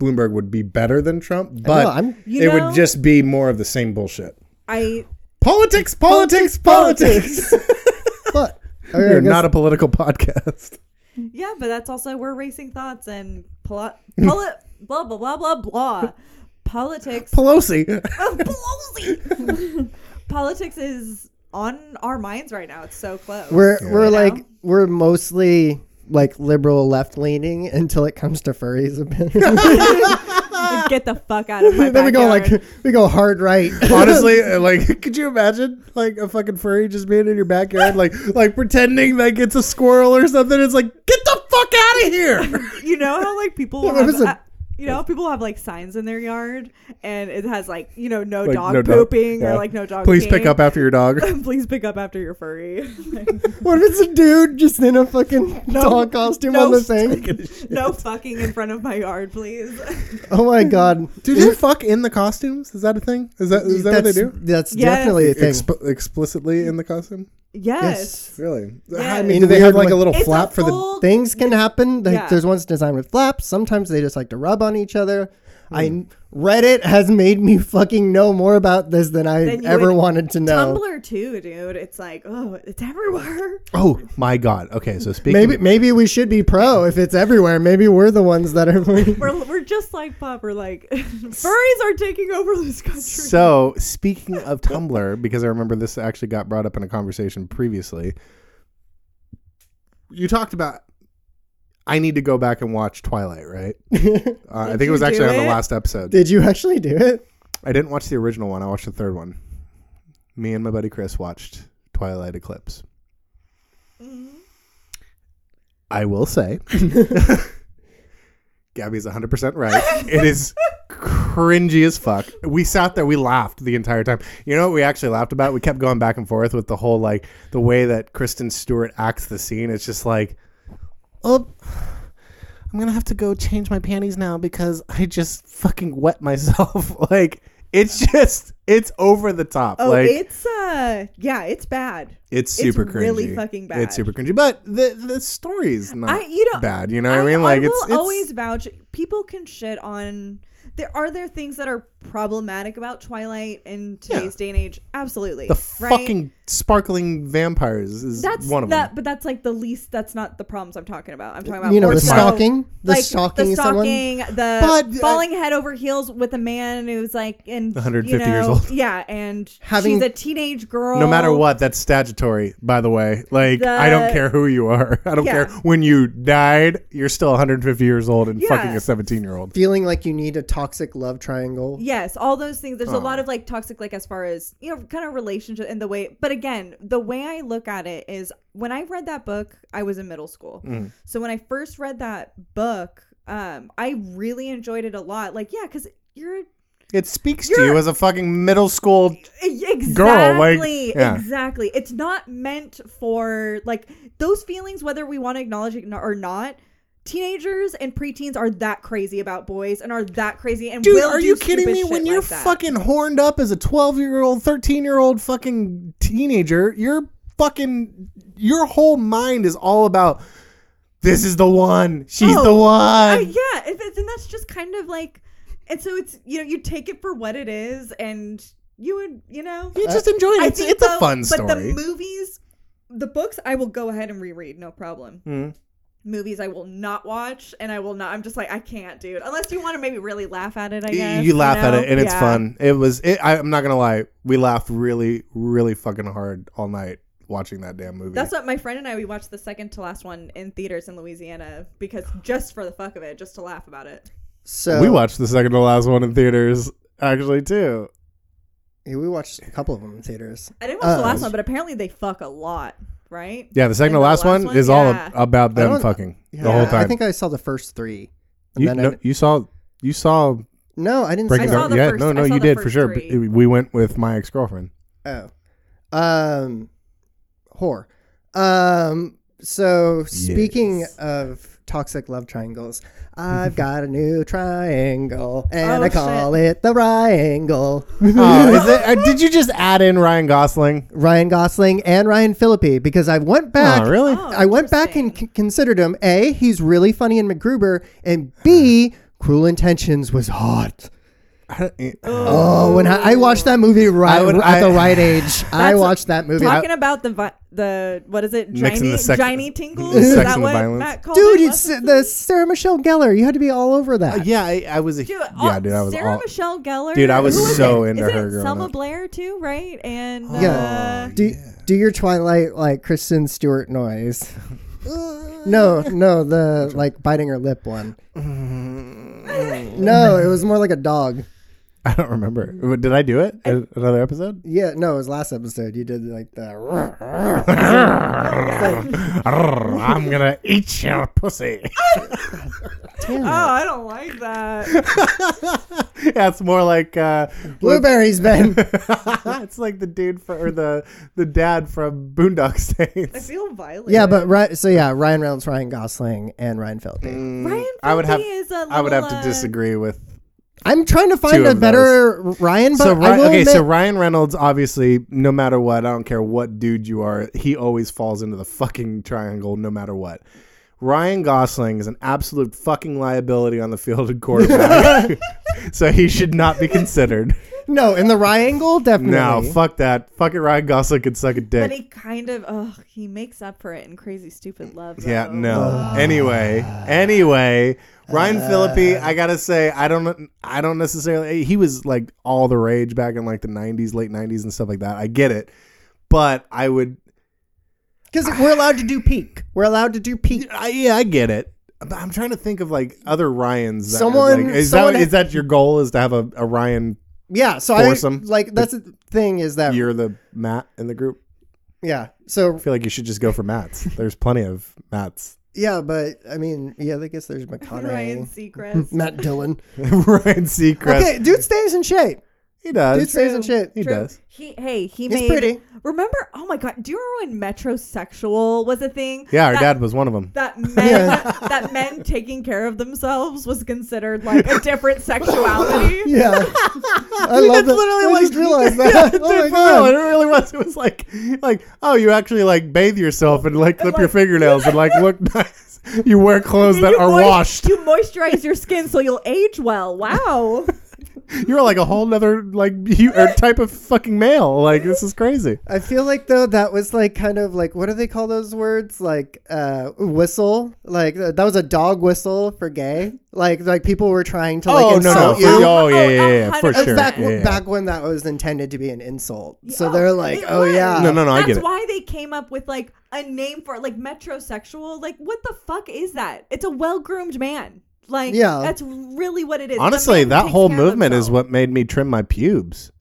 [SPEAKER 3] Bloomberg would be better than Trump, but
[SPEAKER 4] No, I'm
[SPEAKER 2] You
[SPEAKER 3] it
[SPEAKER 2] know-
[SPEAKER 3] would just be more of the same bullshit.
[SPEAKER 2] I
[SPEAKER 3] Politics, politics, politics.
[SPEAKER 4] but
[SPEAKER 3] we are not a political podcast.
[SPEAKER 2] yeah, but that's also we're racing thoughts and poli- poli- blah blah blah blah blah politics.
[SPEAKER 3] Pelosi.
[SPEAKER 2] Pelosi. politics is on our minds right now. It's so close.
[SPEAKER 4] we're
[SPEAKER 3] Yeah.
[SPEAKER 4] we're
[SPEAKER 2] You know?
[SPEAKER 4] like we're mostly like liberal left leaning until it comes to furries.
[SPEAKER 2] get the fuck out of Oh my.
[SPEAKER 4] then we go
[SPEAKER 2] backyard.
[SPEAKER 4] like we go hard right.
[SPEAKER 3] Honestly, uh, like, could you imagine like a fucking furry just being in your backyard, like, like pretending like it's a squirrel or something? It's like, get the fuck out of here!
[SPEAKER 2] you know how like people will
[SPEAKER 4] that
[SPEAKER 2] have,
[SPEAKER 4] was a-
[SPEAKER 2] uh, you know how people have like signs in their yard and it has like you know no
[SPEAKER 3] Like,
[SPEAKER 2] dog
[SPEAKER 3] no dog-
[SPEAKER 2] pooping
[SPEAKER 3] yeah.
[SPEAKER 2] or like no dog.
[SPEAKER 3] Please pick
[SPEAKER 2] peeing.
[SPEAKER 3] up after your dog.
[SPEAKER 2] Please pick up after your furry.
[SPEAKER 4] What if it's a dude just in a fucking dog costume
[SPEAKER 2] No.
[SPEAKER 4] on the thing?
[SPEAKER 2] no fucking in front of my yard, please.
[SPEAKER 4] Oh my god.
[SPEAKER 3] Do they fuck in the costumes? Is that a thing? Is that is that what they
[SPEAKER 4] that's,
[SPEAKER 3] do?
[SPEAKER 4] That's
[SPEAKER 2] Yes.
[SPEAKER 4] definitely a thing.
[SPEAKER 3] Exp- explicitly in the costume?
[SPEAKER 2] yes.
[SPEAKER 3] Really?
[SPEAKER 2] Yeah.
[SPEAKER 3] I mean, do they
[SPEAKER 4] Weird
[SPEAKER 3] have like a
[SPEAKER 4] one.
[SPEAKER 3] little
[SPEAKER 2] It's
[SPEAKER 3] flap
[SPEAKER 2] a
[SPEAKER 3] for the?
[SPEAKER 2] full-
[SPEAKER 4] Things can happen. Like,
[SPEAKER 2] Yeah.
[SPEAKER 4] There's ones designed with flaps. Sometimes they just like to rub on each other.
[SPEAKER 2] Hmm.
[SPEAKER 4] I Reddit has made me fucking know more about this than I
[SPEAKER 2] Than you
[SPEAKER 4] ever
[SPEAKER 2] would-
[SPEAKER 4] wanted to know.
[SPEAKER 2] Tumblr too, dude. It's like, oh, it's everywhere.
[SPEAKER 3] Oh my god! Okay, so speaking.
[SPEAKER 4] Maybe maybe we should be pro if it's everywhere. Maybe we're the ones that are.
[SPEAKER 2] We're, we're just like pop. We're like furries are taking over this country.
[SPEAKER 3] So speaking of Tumblr, because I remember this actually got brought up in a conversation previously. You talked about I need to go back and watch Twilight, right? Uh, I think it
[SPEAKER 2] you
[SPEAKER 3] was actually
[SPEAKER 2] do
[SPEAKER 3] on the
[SPEAKER 2] it?
[SPEAKER 3] last episode.
[SPEAKER 4] Did you actually do it?
[SPEAKER 3] I didn't watch the original one. I watched the third one. Me and my buddy Chris watched Twilight Eclipse. I will say, Gabby's 100% right. It is cringy as fuck. We sat there, we laughed the entire time. You know what we actually laughed about? We kept going back and forth with the whole, like, the way that Kristen Stewart acts the scene. It's just like, oh, I'm gonna have to go change my panties now because I just fucking wet myself. like it's just it's over the top.
[SPEAKER 2] oh,
[SPEAKER 3] like it's,
[SPEAKER 2] it's uh, yeah, it's bad.
[SPEAKER 3] super
[SPEAKER 2] it's
[SPEAKER 3] cringy.
[SPEAKER 2] really fucking bad.
[SPEAKER 3] It's super cringy. But the the story's not
[SPEAKER 2] I- you know,
[SPEAKER 3] bad. You know what I mean? Like
[SPEAKER 2] will
[SPEAKER 3] it's, it's
[SPEAKER 2] always vouch. People can shit on. There are there things that are problematic about Twilight in
[SPEAKER 3] Yeah.
[SPEAKER 2] today's day and age. Absolutely,
[SPEAKER 3] the
[SPEAKER 2] right?
[SPEAKER 3] fucking sparkling vampires is
[SPEAKER 2] that's
[SPEAKER 3] one of
[SPEAKER 2] that,
[SPEAKER 3] them.
[SPEAKER 2] but that's like the least. That's not the problems I'm talking about. I'm talking about
[SPEAKER 4] You know
[SPEAKER 2] more
[SPEAKER 4] the
[SPEAKER 2] so,
[SPEAKER 4] stalking, the
[SPEAKER 2] like,
[SPEAKER 4] stalking,
[SPEAKER 2] the
[SPEAKER 4] someone.
[SPEAKER 2] stalking, the
[SPEAKER 3] But, uh,
[SPEAKER 2] falling head over heels with a man who's like and
[SPEAKER 3] 150
[SPEAKER 2] you know,
[SPEAKER 3] years old.
[SPEAKER 2] Yeah, and
[SPEAKER 4] Having-
[SPEAKER 2] she's a teenage girl.
[SPEAKER 3] No matter what, that's statutory. By the way, like
[SPEAKER 2] The-
[SPEAKER 3] I don't care who you are. I don't
[SPEAKER 2] Yeah.
[SPEAKER 3] care when you died. You're still 150 years old and
[SPEAKER 2] Yeah.
[SPEAKER 3] fucking a 17 year old.
[SPEAKER 4] Feeling like you need a toxic love triangle.
[SPEAKER 2] Yes, all those things. There's a lot of like toxic, like as far as you know, kind of relationship and the way. But again, the way I look at it is when I read that book, I was in middle school.
[SPEAKER 3] Mm.
[SPEAKER 2] So when I first read that book, um, I really enjoyed it a lot. Like, yeah, because you're
[SPEAKER 3] It speaks to
[SPEAKER 2] You're-
[SPEAKER 3] you as a fucking middle school
[SPEAKER 2] exactly,
[SPEAKER 3] like, yeah.
[SPEAKER 2] e-, exactly. It's not meant for like those feelings, whether we want to acknowledge it or not. Teenagers and preteens are that crazy about boys and are that crazy and
[SPEAKER 3] Dude,
[SPEAKER 2] will
[SPEAKER 3] are
[SPEAKER 2] do
[SPEAKER 3] you kidding
[SPEAKER 2] stupid
[SPEAKER 3] me?
[SPEAKER 2] shit
[SPEAKER 3] When you're
[SPEAKER 2] like that.
[SPEAKER 3] fucking horned up as a 12 year old, 13 year old fucking teenager, you're fucking, your whole mind is all about this is the one. She's
[SPEAKER 2] Oh,
[SPEAKER 3] the one.
[SPEAKER 2] Uh, yeah, if it's, and that's just kind of like, and so it's you know you take it for what it is, and you would you know
[SPEAKER 3] you just enjoy it. It's, it's a
[SPEAKER 2] though-
[SPEAKER 3] fun story.
[SPEAKER 2] But the movies, the books, I will go ahead and reread, no problem.
[SPEAKER 3] Mhm.
[SPEAKER 2] Movies, I will not watch, and I will not. I'm just like I can't, dude. Unless you want to maybe really laugh at it, I guess
[SPEAKER 3] you laugh at
[SPEAKER 2] know?
[SPEAKER 3] it and it's
[SPEAKER 2] Yeah.
[SPEAKER 3] fun. It was. It, I, I'm not gonna lie. We laughed really, really fucking hard all night watching that damn movie.
[SPEAKER 2] That's what my friend and I we watched the second to last one in theaters in Louisiana because just for the fuck of it, just to laugh about it.
[SPEAKER 4] So
[SPEAKER 3] we watched the second to last one in theaters actually too.
[SPEAKER 4] Yeah, we watched a couple of them in theaters.
[SPEAKER 2] I didn't watch
[SPEAKER 3] Uh,
[SPEAKER 2] the last
[SPEAKER 4] Um,
[SPEAKER 2] one, but apparently they fuck a lot, right?
[SPEAKER 3] Yeah, the second
[SPEAKER 2] And
[SPEAKER 3] to
[SPEAKER 2] the
[SPEAKER 3] last,
[SPEAKER 2] last
[SPEAKER 3] one,
[SPEAKER 2] one,
[SPEAKER 3] is all
[SPEAKER 2] yeah.
[SPEAKER 3] about
[SPEAKER 4] I
[SPEAKER 3] them
[SPEAKER 4] don't-
[SPEAKER 3] fucking
[SPEAKER 4] Yeah,
[SPEAKER 3] the whole time.
[SPEAKER 4] I think I saw the first three. And
[SPEAKER 3] you,
[SPEAKER 4] then
[SPEAKER 3] no,
[SPEAKER 4] I,
[SPEAKER 3] you saw you saw
[SPEAKER 4] no, I didn't. See
[SPEAKER 3] breaking
[SPEAKER 2] I saw
[SPEAKER 3] Dawn.
[SPEAKER 4] them.
[SPEAKER 2] the
[SPEAKER 3] Yeah,
[SPEAKER 2] first-
[SPEAKER 3] no,
[SPEAKER 2] I
[SPEAKER 3] no,
[SPEAKER 2] saw
[SPEAKER 3] you
[SPEAKER 2] the
[SPEAKER 3] did
[SPEAKER 2] first
[SPEAKER 3] for sure. But
[SPEAKER 2] three.
[SPEAKER 3] we went with my ex girlfriend.
[SPEAKER 4] Oh, um, whore. Um. So speaking
[SPEAKER 3] Yes.
[SPEAKER 4] of toxic love triangles, I've got a new triangle, and
[SPEAKER 2] Oh,
[SPEAKER 4] I call it the Ryangle.
[SPEAKER 3] Oh, is it, uh, did you just add in Ryan Gosling?
[SPEAKER 4] Ryan Gosling and Ryan Phillippe because I went back.
[SPEAKER 3] Oh, really?
[SPEAKER 2] Oh,
[SPEAKER 4] I went back and c- considered him. A, he's really funny in MacGruber, and B, Cruel Intentions was hot.
[SPEAKER 3] I don't- eh, uh,
[SPEAKER 4] Oh, when I, I watched that movie right
[SPEAKER 3] I would-
[SPEAKER 4] at
[SPEAKER 3] I-
[SPEAKER 4] the right age, I watched that movie.
[SPEAKER 2] Talking about the vi- the what is it?
[SPEAKER 3] Mixing
[SPEAKER 2] Giny,
[SPEAKER 3] the sex-
[SPEAKER 2] Giny tingles.
[SPEAKER 3] the
[SPEAKER 2] Is
[SPEAKER 3] sex
[SPEAKER 2] that
[SPEAKER 3] and the
[SPEAKER 2] what
[SPEAKER 3] violence.
[SPEAKER 2] Matt called
[SPEAKER 4] dude,
[SPEAKER 2] it?
[SPEAKER 4] it's the Sarah Michelle Gellar. You had to be all over that.
[SPEAKER 3] Uh, yeah, I, I was a
[SPEAKER 2] Dude, uh, oh,
[SPEAKER 3] yeah, dude. I was
[SPEAKER 2] Sarah
[SPEAKER 3] all,
[SPEAKER 2] Michelle Gellar.
[SPEAKER 3] dude. I was
[SPEAKER 2] Who is
[SPEAKER 3] so
[SPEAKER 2] it?
[SPEAKER 3] into
[SPEAKER 2] Isn't
[SPEAKER 3] her
[SPEAKER 2] it
[SPEAKER 3] growing
[SPEAKER 2] Selma
[SPEAKER 3] up.
[SPEAKER 2] Blair too, right? And uh,
[SPEAKER 4] Yeah. Do do your Twilight like Kristen Stewart noise. no, no, the like biting her lip one. no, it was more like a dog.
[SPEAKER 3] I don't remember. But Did I do it? A- Another episode?
[SPEAKER 4] Yeah, no, it was last episode. You did like the.
[SPEAKER 3] I'm gonna eat your pussy.
[SPEAKER 4] Damn
[SPEAKER 2] oh,
[SPEAKER 4] it.
[SPEAKER 2] I don't like that.
[SPEAKER 3] yeah, it's more like uh,
[SPEAKER 4] Blueberries, Ben.
[SPEAKER 3] it's like the dude for or the the dad from Boondock
[SPEAKER 2] I
[SPEAKER 3] Saints.
[SPEAKER 2] feel violent.
[SPEAKER 4] yeah, but right. So yeah, Ryan Reynolds, Ryan Gosling, and Ryan Phillippe.
[SPEAKER 3] Mm.
[SPEAKER 2] Ryan
[SPEAKER 3] I would have
[SPEAKER 2] Phillippe is a
[SPEAKER 3] I would have
[SPEAKER 2] little,
[SPEAKER 3] to
[SPEAKER 2] uh,
[SPEAKER 3] disagree with.
[SPEAKER 4] I'm trying to
[SPEAKER 3] Two
[SPEAKER 4] find a
[SPEAKER 3] of
[SPEAKER 4] better Ryan, but
[SPEAKER 3] so
[SPEAKER 4] I
[SPEAKER 3] Ryan,
[SPEAKER 4] will
[SPEAKER 3] okay,
[SPEAKER 4] admit,
[SPEAKER 3] so Ryan Reynolds obviously, no matter what, I don't care what dude you are, he always falls into the fucking triangle, no matter what. Ryan Gosling is an absolute fucking liability on the field at quarterback, so he should not be considered.
[SPEAKER 4] no, in the Ryan angle, definitely.
[SPEAKER 3] No, fuck that. Fucking Ryan Gosling could suck a
[SPEAKER 2] But
[SPEAKER 3] dick.
[SPEAKER 2] he kind of, oh, he makes up for it in Crazy Stupid Love.
[SPEAKER 3] Yeah,
[SPEAKER 2] though.
[SPEAKER 3] no. Anyway, anyway, Ryan
[SPEAKER 4] Uh,
[SPEAKER 3] Phillippe, I gotta say, I don't, I don't necessarily. eh, He was like all the rage back in like the '90s, late '90s, and stuff like that. I get it, but I would,
[SPEAKER 4] because we're allowed to do peak. We're allowed to do peak.
[SPEAKER 3] I, yeah, I get it. But I'm trying to think of like other Ryans. That
[SPEAKER 4] Someone-
[SPEAKER 3] would, like, is
[SPEAKER 4] someone-
[SPEAKER 3] that is that your goal is to have a, a Ryan?
[SPEAKER 4] Yeah, so
[SPEAKER 3] Foursome.
[SPEAKER 4] I like that's the thing is that
[SPEAKER 3] You're the Matt in the group.
[SPEAKER 4] yeah. So
[SPEAKER 3] I feel like you should just go for Matts. There's plenty of Matts.
[SPEAKER 4] yeah, but I mean, yeah, I guess there's
[SPEAKER 2] Ryan
[SPEAKER 4] McConaughey,
[SPEAKER 2] Seacrest.
[SPEAKER 4] Matt Dillon.
[SPEAKER 3] Ryan Seacrest.
[SPEAKER 4] Okay, dude stays in shape.
[SPEAKER 3] He does.
[SPEAKER 4] Dude stays in shape.
[SPEAKER 3] He
[SPEAKER 2] True.
[SPEAKER 3] does.
[SPEAKER 2] He, hey, he
[SPEAKER 4] He's
[SPEAKER 2] made.
[SPEAKER 4] pretty.
[SPEAKER 2] Remember? Oh my god! Do you remember when metrosexual was a thing?
[SPEAKER 3] Yeah, our
[SPEAKER 2] that,
[SPEAKER 3] dad was one of them.
[SPEAKER 2] That men, that men taking care of themselves was considered like a different sexuality.
[SPEAKER 4] Yeah, I love that. I just realized that. oh my
[SPEAKER 3] Dude, for real,
[SPEAKER 4] god.
[SPEAKER 3] it really was. It was like, like, oh, you actually like bathe yourself and like clip your fingernails and like look nice. You wear clothes that
[SPEAKER 2] You
[SPEAKER 3] are
[SPEAKER 2] moist-
[SPEAKER 3] washed.
[SPEAKER 2] You moisturize your skin so you'll age well. Wow.
[SPEAKER 3] You're like a whole nother like you or type of fucking male. Like this is crazy.
[SPEAKER 4] I feel like though that was like kind of like what do they call those words like uh whistle like uh, that was a dog whistle for gay like like people were trying to like
[SPEAKER 3] oh no no!
[SPEAKER 4] insult
[SPEAKER 3] For,
[SPEAKER 4] you.
[SPEAKER 3] oh yeah yeah
[SPEAKER 2] Oh,
[SPEAKER 3] yeah, yeah, for
[SPEAKER 2] oh,
[SPEAKER 3] sure.
[SPEAKER 4] back
[SPEAKER 3] yeah, yeah.
[SPEAKER 4] back when that was intended to be an insult so
[SPEAKER 2] Yeah,
[SPEAKER 4] they're like
[SPEAKER 2] it
[SPEAKER 4] oh
[SPEAKER 2] was.
[SPEAKER 4] yeah
[SPEAKER 3] No, no, no, I
[SPEAKER 2] That's
[SPEAKER 3] get it.
[SPEAKER 2] why they came up with like a name for it, like metrosexual. Like, what the fuck is that? It's a well-groomed man. Like,
[SPEAKER 4] Yeah.
[SPEAKER 2] that's really what it is. It's a
[SPEAKER 3] Honestly,
[SPEAKER 2] man who
[SPEAKER 3] that
[SPEAKER 2] takes
[SPEAKER 3] whole
[SPEAKER 2] care of
[SPEAKER 3] movement is
[SPEAKER 2] himself.
[SPEAKER 3] what made me trim my pubes.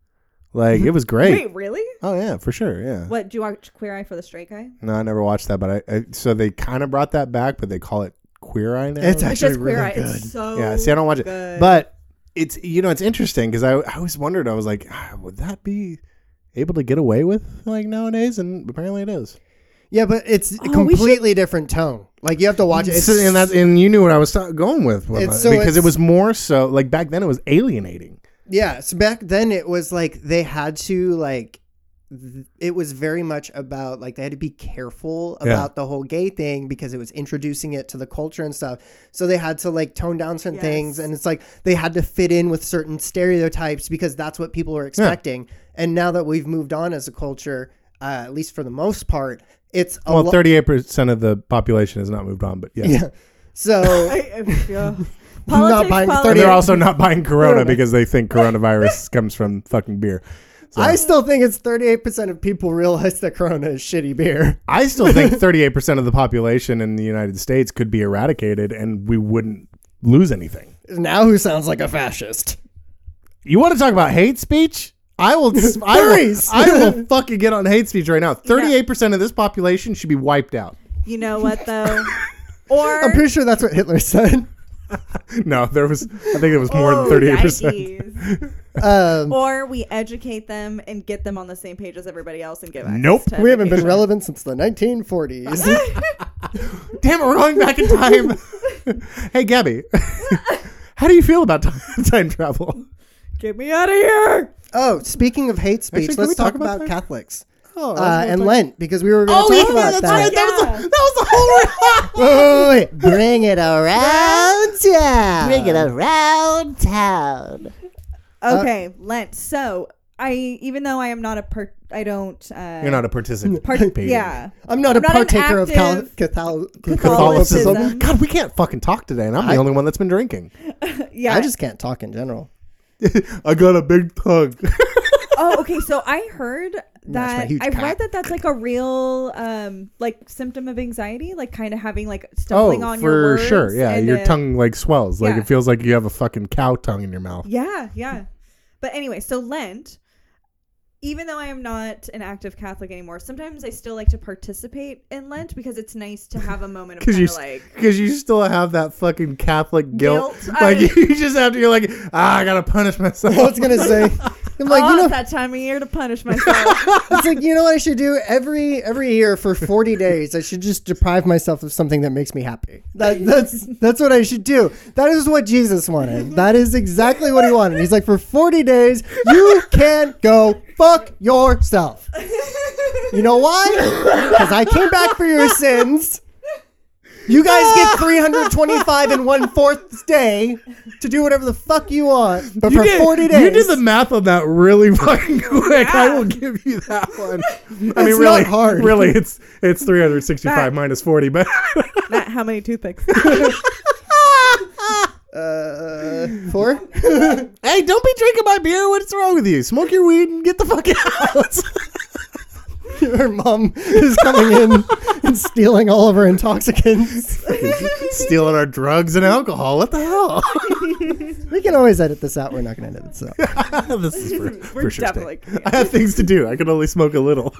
[SPEAKER 3] Like it was great.
[SPEAKER 2] Wait, really?
[SPEAKER 3] Oh yeah, for sure. Yeah.
[SPEAKER 2] What? Do you watch Queer Eye for the Straight Guy?
[SPEAKER 3] No, I never watched that, but I, I so they kind of brought that back, but they call it Queer Eye now.
[SPEAKER 4] It's
[SPEAKER 2] It's
[SPEAKER 4] actually
[SPEAKER 2] just
[SPEAKER 4] really
[SPEAKER 2] Queer Eye.
[SPEAKER 4] good.
[SPEAKER 2] It's so
[SPEAKER 3] yeah. See, I don't watch it,
[SPEAKER 2] good.
[SPEAKER 3] but it's you know it's interesting because I, I always wondered I was like ah, would that be able to get away with like nowadays and apparently it is.
[SPEAKER 4] yeah but it's
[SPEAKER 3] Oh,
[SPEAKER 4] a
[SPEAKER 2] we
[SPEAKER 4] completely different tone like you have to watch it it's,
[SPEAKER 3] So- and that and you knew what I was ta- going with with
[SPEAKER 4] It's
[SPEAKER 3] my-
[SPEAKER 4] so
[SPEAKER 3] because it
[SPEAKER 4] it's-
[SPEAKER 3] was more so like back then it was alienating.
[SPEAKER 4] yeah so back then it was like they had to like th- it was very much about like they had to be careful
[SPEAKER 3] Yeah.
[SPEAKER 4] about the whole gay thing because it was introducing it to the culture and stuff so they had to like tone down certain things
[SPEAKER 2] Yes.
[SPEAKER 4] and it's like they had to fit in with certain stereotypes because that's what people were expecting and now that we've moved on as a culture uh, at least for the most part it's a
[SPEAKER 3] Well,
[SPEAKER 4] lo-
[SPEAKER 3] thirty eight percent of the population has not moved on, but yeah.
[SPEAKER 4] yeah so
[SPEAKER 2] I, I, yeah.
[SPEAKER 4] Not
[SPEAKER 2] Politics,
[SPEAKER 4] buying
[SPEAKER 2] politics.
[SPEAKER 3] And they're
[SPEAKER 4] Yeah.
[SPEAKER 3] also not buying Corona
[SPEAKER 4] Corona.
[SPEAKER 3] because they think coronavirus comes from fucking beer.
[SPEAKER 4] I still think it's 38% of people realize that Corona is shitty beer.
[SPEAKER 3] I still think 38% of the population in the United States could be eradicated and we wouldn't lose anything.
[SPEAKER 4] Now who sounds like a fascist?
[SPEAKER 3] You want to talk about hate speech? I will, I will,
[SPEAKER 4] Furries.
[SPEAKER 3] I will fucking get on hate speech right now. 38% of this population should be wiped out.
[SPEAKER 2] You know what though? Or
[SPEAKER 4] I'm pretty sure that's what Hitler said.
[SPEAKER 3] No, there was, I think it was more
[SPEAKER 2] Oh,
[SPEAKER 3] than 38%.
[SPEAKER 2] yikes.
[SPEAKER 4] Um,
[SPEAKER 2] or we educate them and get them on the same page as everybody else and give access
[SPEAKER 3] Nope.
[SPEAKER 2] to
[SPEAKER 4] we haven't been
[SPEAKER 2] education.
[SPEAKER 4] relevant since the 1940s.
[SPEAKER 3] Damn it, we're going back in time. hey, Gabby, how do you feel about time, time travel?
[SPEAKER 2] Get me out of here.
[SPEAKER 4] oh, speaking of hate speech,
[SPEAKER 3] Actually, can we
[SPEAKER 4] let's
[SPEAKER 3] talk
[SPEAKER 4] talk,
[SPEAKER 3] about
[SPEAKER 4] about,
[SPEAKER 3] that?
[SPEAKER 4] Catholics
[SPEAKER 3] Oh,
[SPEAKER 4] uh, and Lent because we were going to talk about that.
[SPEAKER 2] Oh, right. That was the-
[SPEAKER 3] was the whole.
[SPEAKER 4] Wait, wait, wait. Bring it around town.
[SPEAKER 1] Bring it around town.
[SPEAKER 4] Uh,
[SPEAKER 2] Okay, Lent. So I, even though I am not a part, I don't. Uh,
[SPEAKER 3] You're not a participant.
[SPEAKER 2] part. Yeah.
[SPEAKER 4] I'm not a
[SPEAKER 2] I'm not an
[SPEAKER 4] partaker of Cal-
[SPEAKER 2] active
[SPEAKER 4] Cathol-
[SPEAKER 3] Catholicism.
[SPEAKER 2] Catholicism.
[SPEAKER 3] God, we can't fucking talk today, and I'm the only one that's been drinking.
[SPEAKER 2] Yeah.
[SPEAKER 4] I just can't talk in general.
[SPEAKER 3] I got a big tug.
[SPEAKER 2] oh, okay. So I heard
[SPEAKER 4] my
[SPEAKER 2] that
[SPEAKER 4] huge
[SPEAKER 2] I
[SPEAKER 4] cock.
[SPEAKER 2] read that that's like a real um like symptom of anxiety, like kind of having
[SPEAKER 4] Oh,
[SPEAKER 2] like stumbling on your
[SPEAKER 3] Oh, for
[SPEAKER 2] words
[SPEAKER 3] sure. Yeah,
[SPEAKER 2] and
[SPEAKER 3] your
[SPEAKER 2] uh,
[SPEAKER 3] tongue like swells. Like
[SPEAKER 2] Yeah.
[SPEAKER 3] it feels like you have a fucking cow tongue in your mouth.
[SPEAKER 2] Yeah, yeah. But anyway, so Lent, even though I am not an active Catholic anymore, sometimes I still like to participate in Lent because it's nice to have a moment of
[SPEAKER 3] Because
[SPEAKER 2] kind
[SPEAKER 3] you,
[SPEAKER 2] of
[SPEAKER 3] s-
[SPEAKER 2] like
[SPEAKER 3] 'cause you still have that fucking Catholic guilt.
[SPEAKER 2] Guilt, I-
[SPEAKER 3] Like you just have to. You're like, ah, I gotta punish myself.
[SPEAKER 4] I was gonna say, I'm like,
[SPEAKER 2] oh,
[SPEAKER 4] you know,
[SPEAKER 2] it's that time of year to punish myself.
[SPEAKER 4] it's like you know what I should do every every year for 40 days. I should just deprive myself of something that makes me happy. That, that's that's what I should do. That is what Jesus wanted. That is exactly what he wanted. He's like, for 40 days, you can go fuck yourself. You know why? Because I came back for your sins. You guys get 325 and one fourth day to do whatever the fuck you want. But
[SPEAKER 3] You
[SPEAKER 4] for
[SPEAKER 3] did,
[SPEAKER 4] 40 days,
[SPEAKER 3] you did the math on that really fucking quick. I
[SPEAKER 2] Yeah.
[SPEAKER 3] will give you that one. I mean,
[SPEAKER 4] It's
[SPEAKER 3] really
[SPEAKER 4] not hard.
[SPEAKER 3] Really, it's it's 365
[SPEAKER 2] Back.
[SPEAKER 3] minus 40, but
[SPEAKER 2] Matt, how many toothpicks?
[SPEAKER 4] uh, four.
[SPEAKER 3] hey, don't be drinking my beer. What's wrong with you? Smoke your weed and get the fuck out.
[SPEAKER 4] Her mom is coming in and stealing all of her intoxicants.
[SPEAKER 3] Stealing our drugs and alcohol. What the hell?
[SPEAKER 4] We can always edit this out. We're not going to edit this out.
[SPEAKER 3] this is for,
[SPEAKER 2] We're
[SPEAKER 3] for sure.
[SPEAKER 2] definitely.
[SPEAKER 3] I have things to do. I can only smoke a little.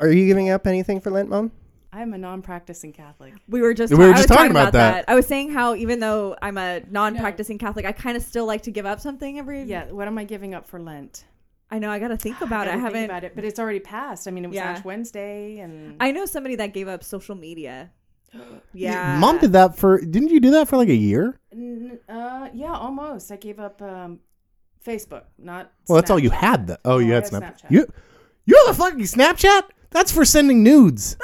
[SPEAKER 4] Are you giving up anything for Lent, mom?
[SPEAKER 5] I'm a non-practicing Catholic.
[SPEAKER 2] We were just
[SPEAKER 3] We were
[SPEAKER 2] I
[SPEAKER 3] just
[SPEAKER 2] was
[SPEAKER 3] talking about that.
[SPEAKER 2] I was saying how even though I'm a non-practicing Catholic, I kind of still like to give up something every.
[SPEAKER 5] Yeah. What am I giving up for Lent?
[SPEAKER 2] I know I got to think about
[SPEAKER 5] I
[SPEAKER 2] it. I
[SPEAKER 5] gotta think
[SPEAKER 2] haven't.
[SPEAKER 5] about it, but it's already passed. I mean, it was
[SPEAKER 2] Yeah.
[SPEAKER 5] Ash Wednesday, and
[SPEAKER 2] I know somebody that gave up social media. Yeah,
[SPEAKER 3] Mom did that for. Didn't you do that for like a year?
[SPEAKER 5] N- uh, yeah, almost. I gave up um, Facebook. Not
[SPEAKER 3] Well, that's all you
[SPEAKER 5] Snapchat.
[SPEAKER 3] had. Though. Oh, you
[SPEAKER 5] I
[SPEAKER 3] had
[SPEAKER 5] had
[SPEAKER 3] Snapchat.
[SPEAKER 5] Snapchat.
[SPEAKER 3] You, you have a fucking Snapchat? That's for sending nudes.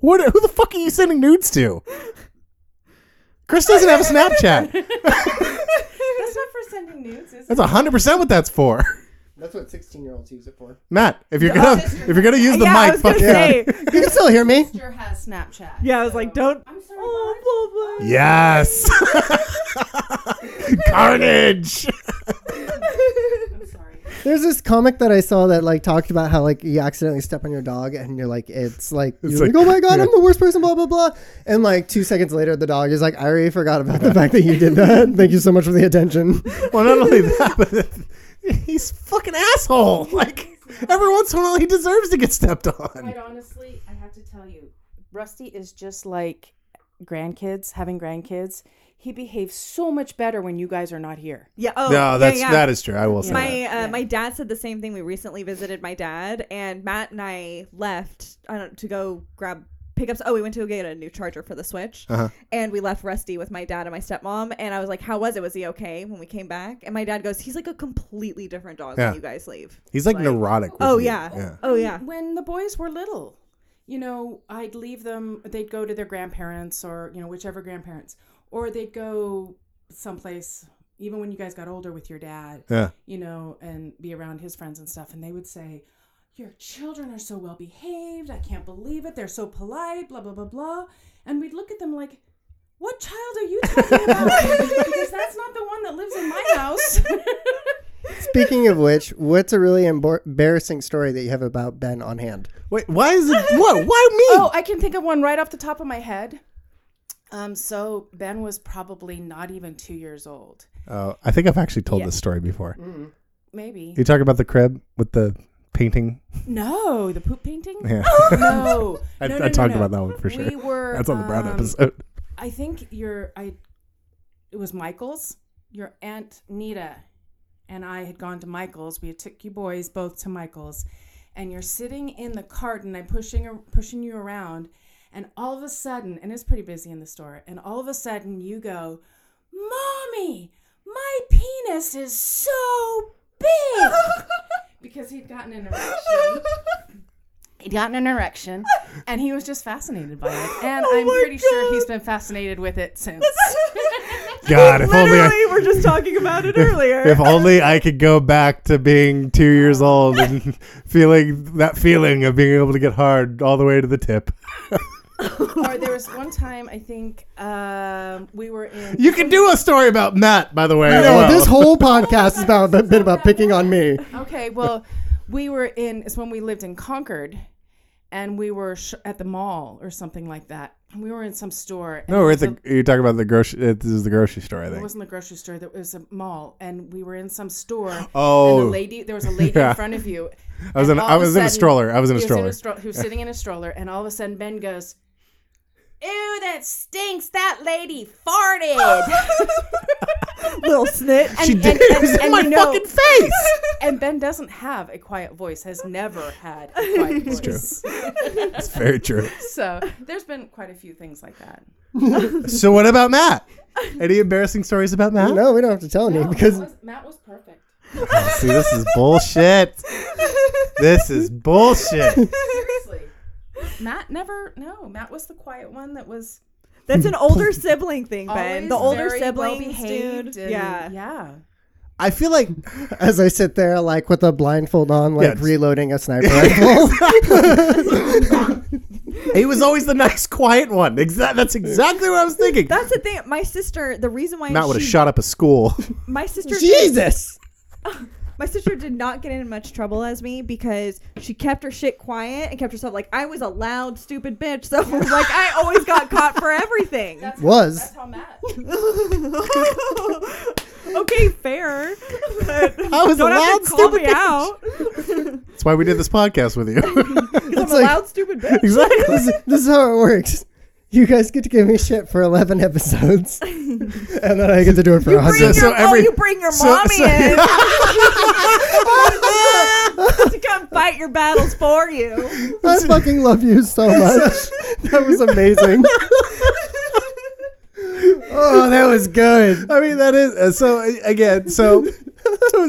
[SPEAKER 3] what? Who the fuck are you sending nudes to? Chris doesn't have a Snapchat.
[SPEAKER 5] That's not for sending nudes, is it?
[SPEAKER 3] That's hundred percent what that's for.
[SPEAKER 4] That's what 16 year olds use it for.
[SPEAKER 3] Matt, if you're gonna if you're gonna use the
[SPEAKER 2] yeah, I
[SPEAKER 3] mic,
[SPEAKER 2] was gonna
[SPEAKER 3] fucking
[SPEAKER 2] say.
[SPEAKER 4] You can still hear me.
[SPEAKER 5] Sister has Snapchat.
[SPEAKER 2] Yeah, I was like, don't.
[SPEAKER 5] I'm sorry.
[SPEAKER 2] Oh, blah, blah.
[SPEAKER 3] yes, carnage.
[SPEAKER 5] Bob. I'm sorry.
[SPEAKER 4] There's this comic that I saw that like talked about how like you accidentally step on your dog and you're like it's like you're
[SPEAKER 3] like-
[SPEAKER 4] like, oh my god
[SPEAKER 3] yeah.
[SPEAKER 4] I'm the worst person blah blah blah and like two seconds later the dog is like I already forgot about the fact that you did that thank you so much for the attention
[SPEAKER 3] Well, not only that, but he's fucking asshole. Like every once in a while, he deserves to get stepped on.
[SPEAKER 5] Quite honestly, I have to tell you, Rusty is just like grandkids, having grandkids. He behaves so much better when you guys are not here.
[SPEAKER 2] Yeah. Oh, yeah,
[SPEAKER 3] No, that's
[SPEAKER 2] yeah.
[SPEAKER 3] that is true. I will say.
[SPEAKER 2] My uh,
[SPEAKER 3] that.
[SPEAKER 2] my dad said the same thing. We recently visited my dad, and Matt and I left I don't, to go grab pickups. Oh, we went to go get a new charger for the Switch,
[SPEAKER 3] Uh-huh.
[SPEAKER 2] and we left Rusty with my dad and my stepmom. And I was like, "How was it? Was he okay?" When we came back, and my dad goes, "He's like a completely different dog
[SPEAKER 3] Yeah.
[SPEAKER 2] when you guys leave."
[SPEAKER 3] He's like, neurotic. with
[SPEAKER 2] Oh
[SPEAKER 3] you.
[SPEAKER 2] yeah. Oh yeah.
[SPEAKER 5] When the boys were little, you know, I'd leave them, they'd go to their grandparents or, you know, whichever grandparents, or they'd go someplace, even when you guys got older with your dad,
[SPEAKER 3] Yeah.
[SPEAKER 5] you know, and be around his friends and stuff. And they would say, Your children are so well behaved. I can't believe it. They're so polite, blah, blah, blah, blah. And we'd look at them like, what child are you talking about? because that's not the one that lives in my house.
[SPEAKER 4] Speaking of which, what's a really embar- embarrassing story that you have about Ben on hand?
[SPEAKER 3] Wait, why is it? What? Why me?
[SPEAKER 5] Oh, I can think of one right off the top of my head. Um, so Ben was probably not even two years old,
[SPEAKER 3] Oh, I think I've actually told this story before.
[SPEAKER 5] Mm. maybe.
[SPEAKER 3] You talk about the crib with the painting.
[SPEAKER 5] No, the poop painting.
[SPEAKER 3] Yeah.
[SPEAKER 5] No,
[SPEAKER 3] I,
[SPEAKER 5] no,
[SPEAKER 3] I
[SPEAKER 5] no, no,
[SPEAKER 3] talked
[SPEAKER 5] no.
[SPEAKER 3] about that one for sure.
[SPEAKER 5] We were.
[SPEAKER 3] That's on the Brown
[SPEAKER 5] um,
[SPEAKER 3] episode.
[SPEAKER 5] I think your I it was Michael's, your aunt Nita and I had gone to Michael's. We had took you boys both to Michael's and you're sitting in the cart and I'm pushing pushing you around and all of a sudden and it's pretty busy in the store and all of a sudden you go, "Mommy, my penis is so big." because he'd gotten an erection. He'd gotten an erection, and he was just fascinated by it. And I'm pretty sure he's been fascinated with it since.
[SPEAKER 3] God, if only
[SPEAKER 2] Literally, we
[SPEAKER 3] I,
[SPEAKER 2] were just talking about it earlier.
[SPEAKER 3] if only I could go back to being two years
[SPEAKER 5] Oh.
[SPEAKER 3] old and feeling that feeling of being able to get hard all the way to the tip.
[SPEAKER 5] or there was one time I think um, we were in.
[SPEAKER 3] You can do a story about Matt, by the way. as
[SPEAKER 4] No,
[SPEAKER 3] well.
[SPEAKER 4] this whole podcast has about, been about picking on me.
[SPEAKER 5] Okay, well, we were in. It's when we lived in Concord, and we were sh- at the mall or something like that. We were in some store. and
[SPEAKER 3] no, we're at
[SPEAKER 5] there
[SPEAKER 3] the. You're talking about the grocery. uh, This is the grocery store, I
[SPEAKER 5] It
[SPEAKER 3] think.
[SPEAKER 5] wasn't the grocery store. That was a mall, and we were in some store.
[SPEAKER 3] Oh.
[SPEAKER 5] and the lady, there was a lady
[SPEAKER 3] Yeah.
[SPEAKER 5] in front of you.
[SPEAKER 3] I was
[SPEAKER 5] and
[SPEAKER 3] in-
[SPEAKER 5] all
[SPEAKER 3] I
[SPEAKER 5] of
[SPEAKER 3] was in a stroller. I was in a
[SPEAKER 5] he
[SPEAKER 3] stroller.
[SPEAKER 5] stro- he was sitting in a stroller, and all of a sudden Ben goes, "Ew, that stinks! That lady farted."
[SPEAKER 2] Little snit.
[SPEAKER 3] she
[SPEAKER 5] and-
[SPEAKER 3] did.
[SPEAKER 5] and-
[SPEAKER 3] it was in
[SPEAKER 5] and
[SPEAKER 3] my
[SPEAKER 5] you know-
[SPEAKER 3] fucking face.
[SPEAKER 5] and Ben doesn't have a quiet voice. Has never had a quiet voice.
[SPEAKER 3] It's very true.
[SPEAKER 5] So there's been quite a few things like that.
[SPEAKER 3] So what about Matt? Any embarrassing stories about Matt?
[SPEAKER 4] No, we don't have to tell any because
[SPEAKER 5] Matt was, Matt was perfect.
[SPEAKER 3] Oh, see, this is bullshit. This is bullshit.
[SPEAKER 5] Seriously. Matt never no. Matt was the quiet one that was
[SPEAKER 2] That's an older sibling thing, Ben.
[SPEAKER 5] always
[SPEAKER 2] The older
[SPEAKER 5] very
[SPEAKER 2] siblings,
[SPEAKER 5] well-behaved
[SPEAKER 2] dude.
[SPEAKER 5] and-
[SPEAKER 2] Yeah.
[SPEAKER 5] yeah.
[SPEAKER 3] I feel like
[SPEAKER 4] as I sit there, like with a blindfold on,
[SPEAKER 3] Yeah,
[SPEAKER 4] like
[SPEAKER 3] it's-
[SPEAKER 4] reloading a sniper rifle.
[SPEAKER 3] he was always the nice, quiet one. Exactly. That's exactly what I was thinking.
[SPEAKER 2] That's the thing. My sister, the reason why
[SPEAKER 3] Matt would have
[SPEAKER 2] she-
[SPEAKER 3] shot up a school.
[SPEAKER 2] my sister
[SPEAKER 4] Jesus.
[SPEAKER 2] my sister did not get in much trouble as me because she kept her shit quiet and kept herself like I was a loud, stupid bitch, so like I always got caught for everything.
[SPEAKER 4] Was.
[SPEAKER 5] That's how Matt.
[SPEAKER 2] okay, fair. But
[SPEAKER 3] I was
[SPEAKER 2] don't
[SPEAKER 3] a
[SPEAKER 2] have
[SPEAKER 3] loud,
[SPEAKER 2] to call
[SPEAKER 3] stupid
[SPEAKER 2] me
[SPEAKER 3] bitch.
[SPEAKER 2] out.
[SPEAKER 3] That's why we did this podcast with you.
[SPEAKER 2] 'cause I'm
[SPEAKER 4] like-
[SPEAKER 2] a loud, stupid bitch.
[SPEAKER 3] exactly.
[SPEAKER 4] this, this is how it works. You guys get to give me shit for 11 episodes, and then I get to do it for a
[SPEAKER 2] Bring your,
[SPEAKER 4] 100.
[SPEAKER 3] so every-
[SPEAKER 2] oh, you bring your
[SPEAKER 3] so-
[SPEAKER 2] mommy
[SPEAKER 3] so-
[SPEAKER 2] in to come fight your battles for you.
[SPEAKER 4] I fucking love you so much. That was amazing. oh, that was good.
[SPEAKER 3] I mean, that is uh, so. uh, Again, so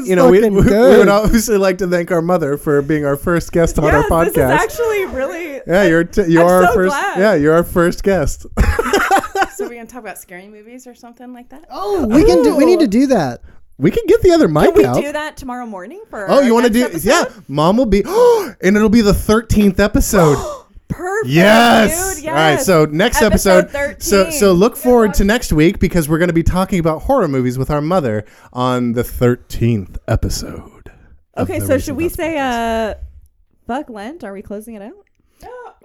[SPEAKER 3] you know, we, we,
[SPEAKER 4] fucking
[SPEAKER 3] we
[SPEAKER 4] good.
[SPEAKER 3] would obviously like to thank our mother for being our first guest on
[SPEAKER 2] Yes,
[SPEAKER 3] our
[SPEAKER 2] this is
[SPEAKER 3] podcast.
[SPEAKER 2] actually really
[SPEAKER 3] yeah, you're t- you
[SPEAKER 2] I'm
[SPEAKER 3] are our
[SPEAKER 2] so
[SPEAKER 3] first.
[SPEAKER 2] glad.
[SPEAKER 3] Yeah, you're our first guest.
[SPEAKER 5] So we're gonna talk about scary movies or something like that.
[SPEAKER 4] Oh, we can do. We need to do that.
[SPEAKER 3] We can get the other mic
[SPEAKER 2] Can we
[SPEAKER 3] out.
[SPEAKER 2] do that tomorrow morning for?
[SPEAKER 3] Oh,
[SPEAKER 2] our
[SPEAKER 3] you want to do?
[SPEAKER 2] next episode?
[SPEAKER 3] Yeah, mom will be, and it'll be the thirteenth episode.
[SPEAKER 2] Perfect.
[SPEAKER 3] yes.
[SPEAKER 2] Dude,
[SPEAKER 3] All right.
[SPEAKER 2] yes.
[SPEAKER 3] So next
[SPEAKER 2] Episode
[SPEAKER 3] episode. so
[SPEAKER 2] 13.
[SPEAKER 3] so look forward to next week because we're going to be talking about horror movies with our mother on the thirteenth episode. of
[SPEAKER 2] okay.
[SPEAKER 3] the
[SPEAKER 2] So
[SPEAKER 3] Reason
[SPEAKER 2] should we
[SPEAKER 3] Possible
[SPEAKER 2] say,
[SPEAKER 3] Podcast.
[SPEAKER 2] uh, "Fuck Lent"? Are we closing it out?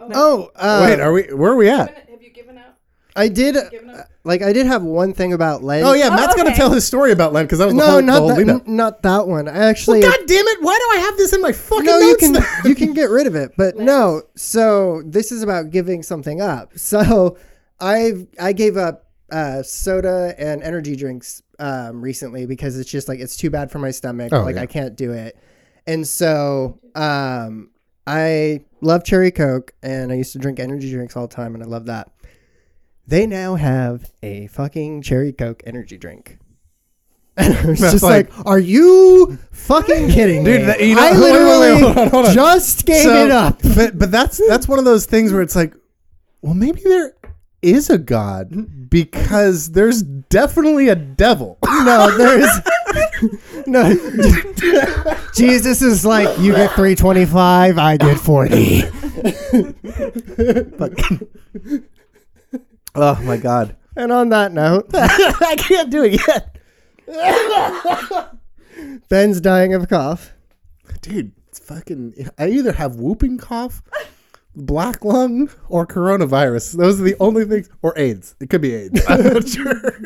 [SPEAKER 4] Oh, uh,
[SPEAKER 3] Wait, are we? Where are we at?
[SPEAKER 5] Have you given up?
[SPEAKER 4] I did.
[SPEAKER 5] Given up?
[SPEAKER 4] Like, I did have one thing about Lent.
[SPEAKER 3] Oh yeah, Matt's going to
[SPEAKER 2] okay.
[SPEAKER 3] tell his story about Lent because that was the
[SPEAKER 4] No,
[SPEAKER 3] whole, the
[SPEAKER 4] not
[SPEAKER 3] whole
[SPEAKER 4] that.
[SPEAKER 3] lead
[SPEAKER 4] n-
[SPEAKER 3] up.
[SPEAKER 4] Not that one. I actually.
[SPEAKER 3] God damn it! Why do I have this in my fucking
[SPEAKER 4] no, you
[SPEAKER 3] notes?
[SPEAKER 4] can
[SPEAKER 3] then?
[SPEAKER 4] you can get rid of it. But no, so this is about giving something up. So I I gave up uh, soda and energy drinks um, recently because it's just like it's too bad for my stomach.
[SPEAKER 3] Oh,
[SPEAKER 4] like
[SPEAKER 3] yeah.
[SPEAKER 4] I can't do it. And so um, I love cherry coke, and I used to drink energy drinks all the time, and I love that. They now have a fucking cherry coke energy drink. And I was
[SPEAKER 3] That's
[SPEAKER 4] just
[SPEAKER 3] like-
[SPEAKER 4] like, "Are you fucking kidding me?"
[SPEAKER 3] Dude, that- you know-
[SPEAKER 4] I
[SPEAKER 3] wait, wait, wait,
[SPEAKER 4] literally
[SPEAKER 3] hold on, hold on.
[SPEAKER 4] just gave
[SPEAKER 3] So-
[SPEAKER 4] it up.
[SPEAKER 3] But but that's that's one of those things where it's like, well, maybe there is a
[SPEAKER 4] Mm-hmm.
[SPEAKER 3] god because there's definitely a devil.
[SPEAKER 4] No, there's no. Jesus is like, you get three twenty five, I get forty.
[SPEAKER 3] oh my god.
[SPEAKER 4] And on that note,
[SPEAKER 3] I can't do it yet.
[SPEAKER 4] Ben's dying of a cough.
[SPEAKER 3] dude, it's fucking. I either have whooping cough, black lung, or coronavirus. Those are the only things, or AIDS. It could be AIDS. I'm not sure.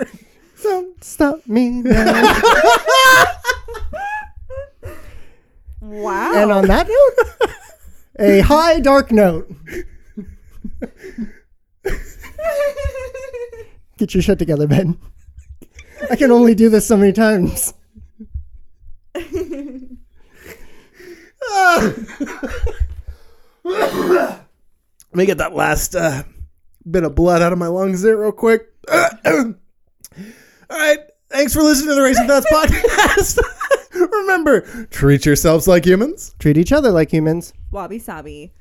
[SPEAKER 4] Don't stop me now.
[SPEAKER 2] Wow.
[SPEAKER 4] and on that note, a high dark note. Get your shit together, Ben. I can only do this so many times.
[SPEAKER 3] Let me get that last uh, bit of blood out of my lungs there, real quick. All right. Thanks for listening to the Racing Thoughts podcast. Remember, treat yourselves like humans.
[SPEAKER 4] Treat each other like humans.
[SPEAKER 2] Wabi Sabi.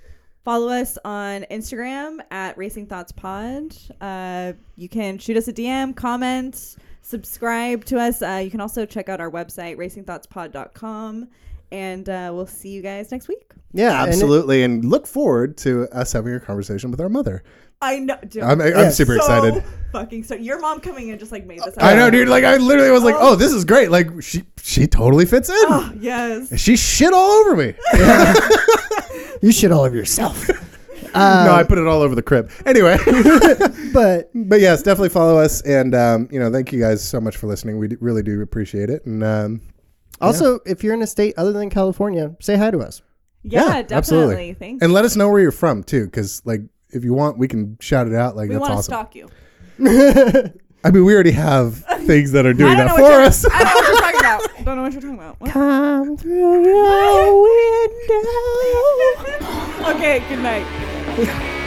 [SPEAKER 2] Follow us on Instagram at Racing Thoughts Pod. Uh, you can shoot us a DM, comment, subscribe to us. Uh, you can also check out our website, racingthoughtspod.com. And uh, we'll see you guys next week.
[SPEAKER 4] Yeah, and it-
[SPEAKER 3] Absolutely. And look forward to us having a conversation with our mother.
[SPEAKER 2] I know. Dude,
[SPEAKER 3] I'm, I'm
[SPEAKER 4] Yes.
[SPEAKER 3] super excited.
[SPEAKER 2] Fucking so. Your mom coming in just like made this.
[SPEAKER 3] I
[SPEAKER 2] up.
[SPEAKER 3] know, dude. Like I literally was like, "Oh, this is great!" Like she she totally fits in.
[SPEAKER 4] Ah.
[SPEAKER 2] Oh, yes.
[SPEAKER 3] And she shit all over me.
[SPEAKER 4] you shit all over yourself.
[SPEAKER 3] no, I put it all over the crib. Anyway,
[SPEAKER 4] But
[SPEAKER 3] but yes, definitely follow us, and um, you know, thank you guys so much for listening. We d- really do appreciate it, and um,
[SPEAKER 4] also, if you're in a state other than California, say hi to us.
[SPEAKER 2] Yeah, definitely.
[SPEAKER 3] absolutely.
[SPEAKER 2] Thanks.
[SPEAKER 3] and let us know where you're from too, because like if you want, we can shout it out. Like
[SPEAKER 2] we
[SPEAKER 3] that's
[SPEAKER 2] want to
[SPEAKER 3] awesome.
[SPEAKER 2] stalk you.
[SPEAKER 3] I mean, we already have things that are doing
[SPEAKER 2] I don't know
[SPEAKER 3] that
[SPEAKER 2] what
[SPEAKER 3] for
[SPEAKER 2] you're-
[SPEAKER 3] us.
[SPEAKER 2] I don't know what you're talking about. Don't know what you're talking about. What?
[SPEAKER 4] Come through your window.
[SPEAKER 2] okay, good night.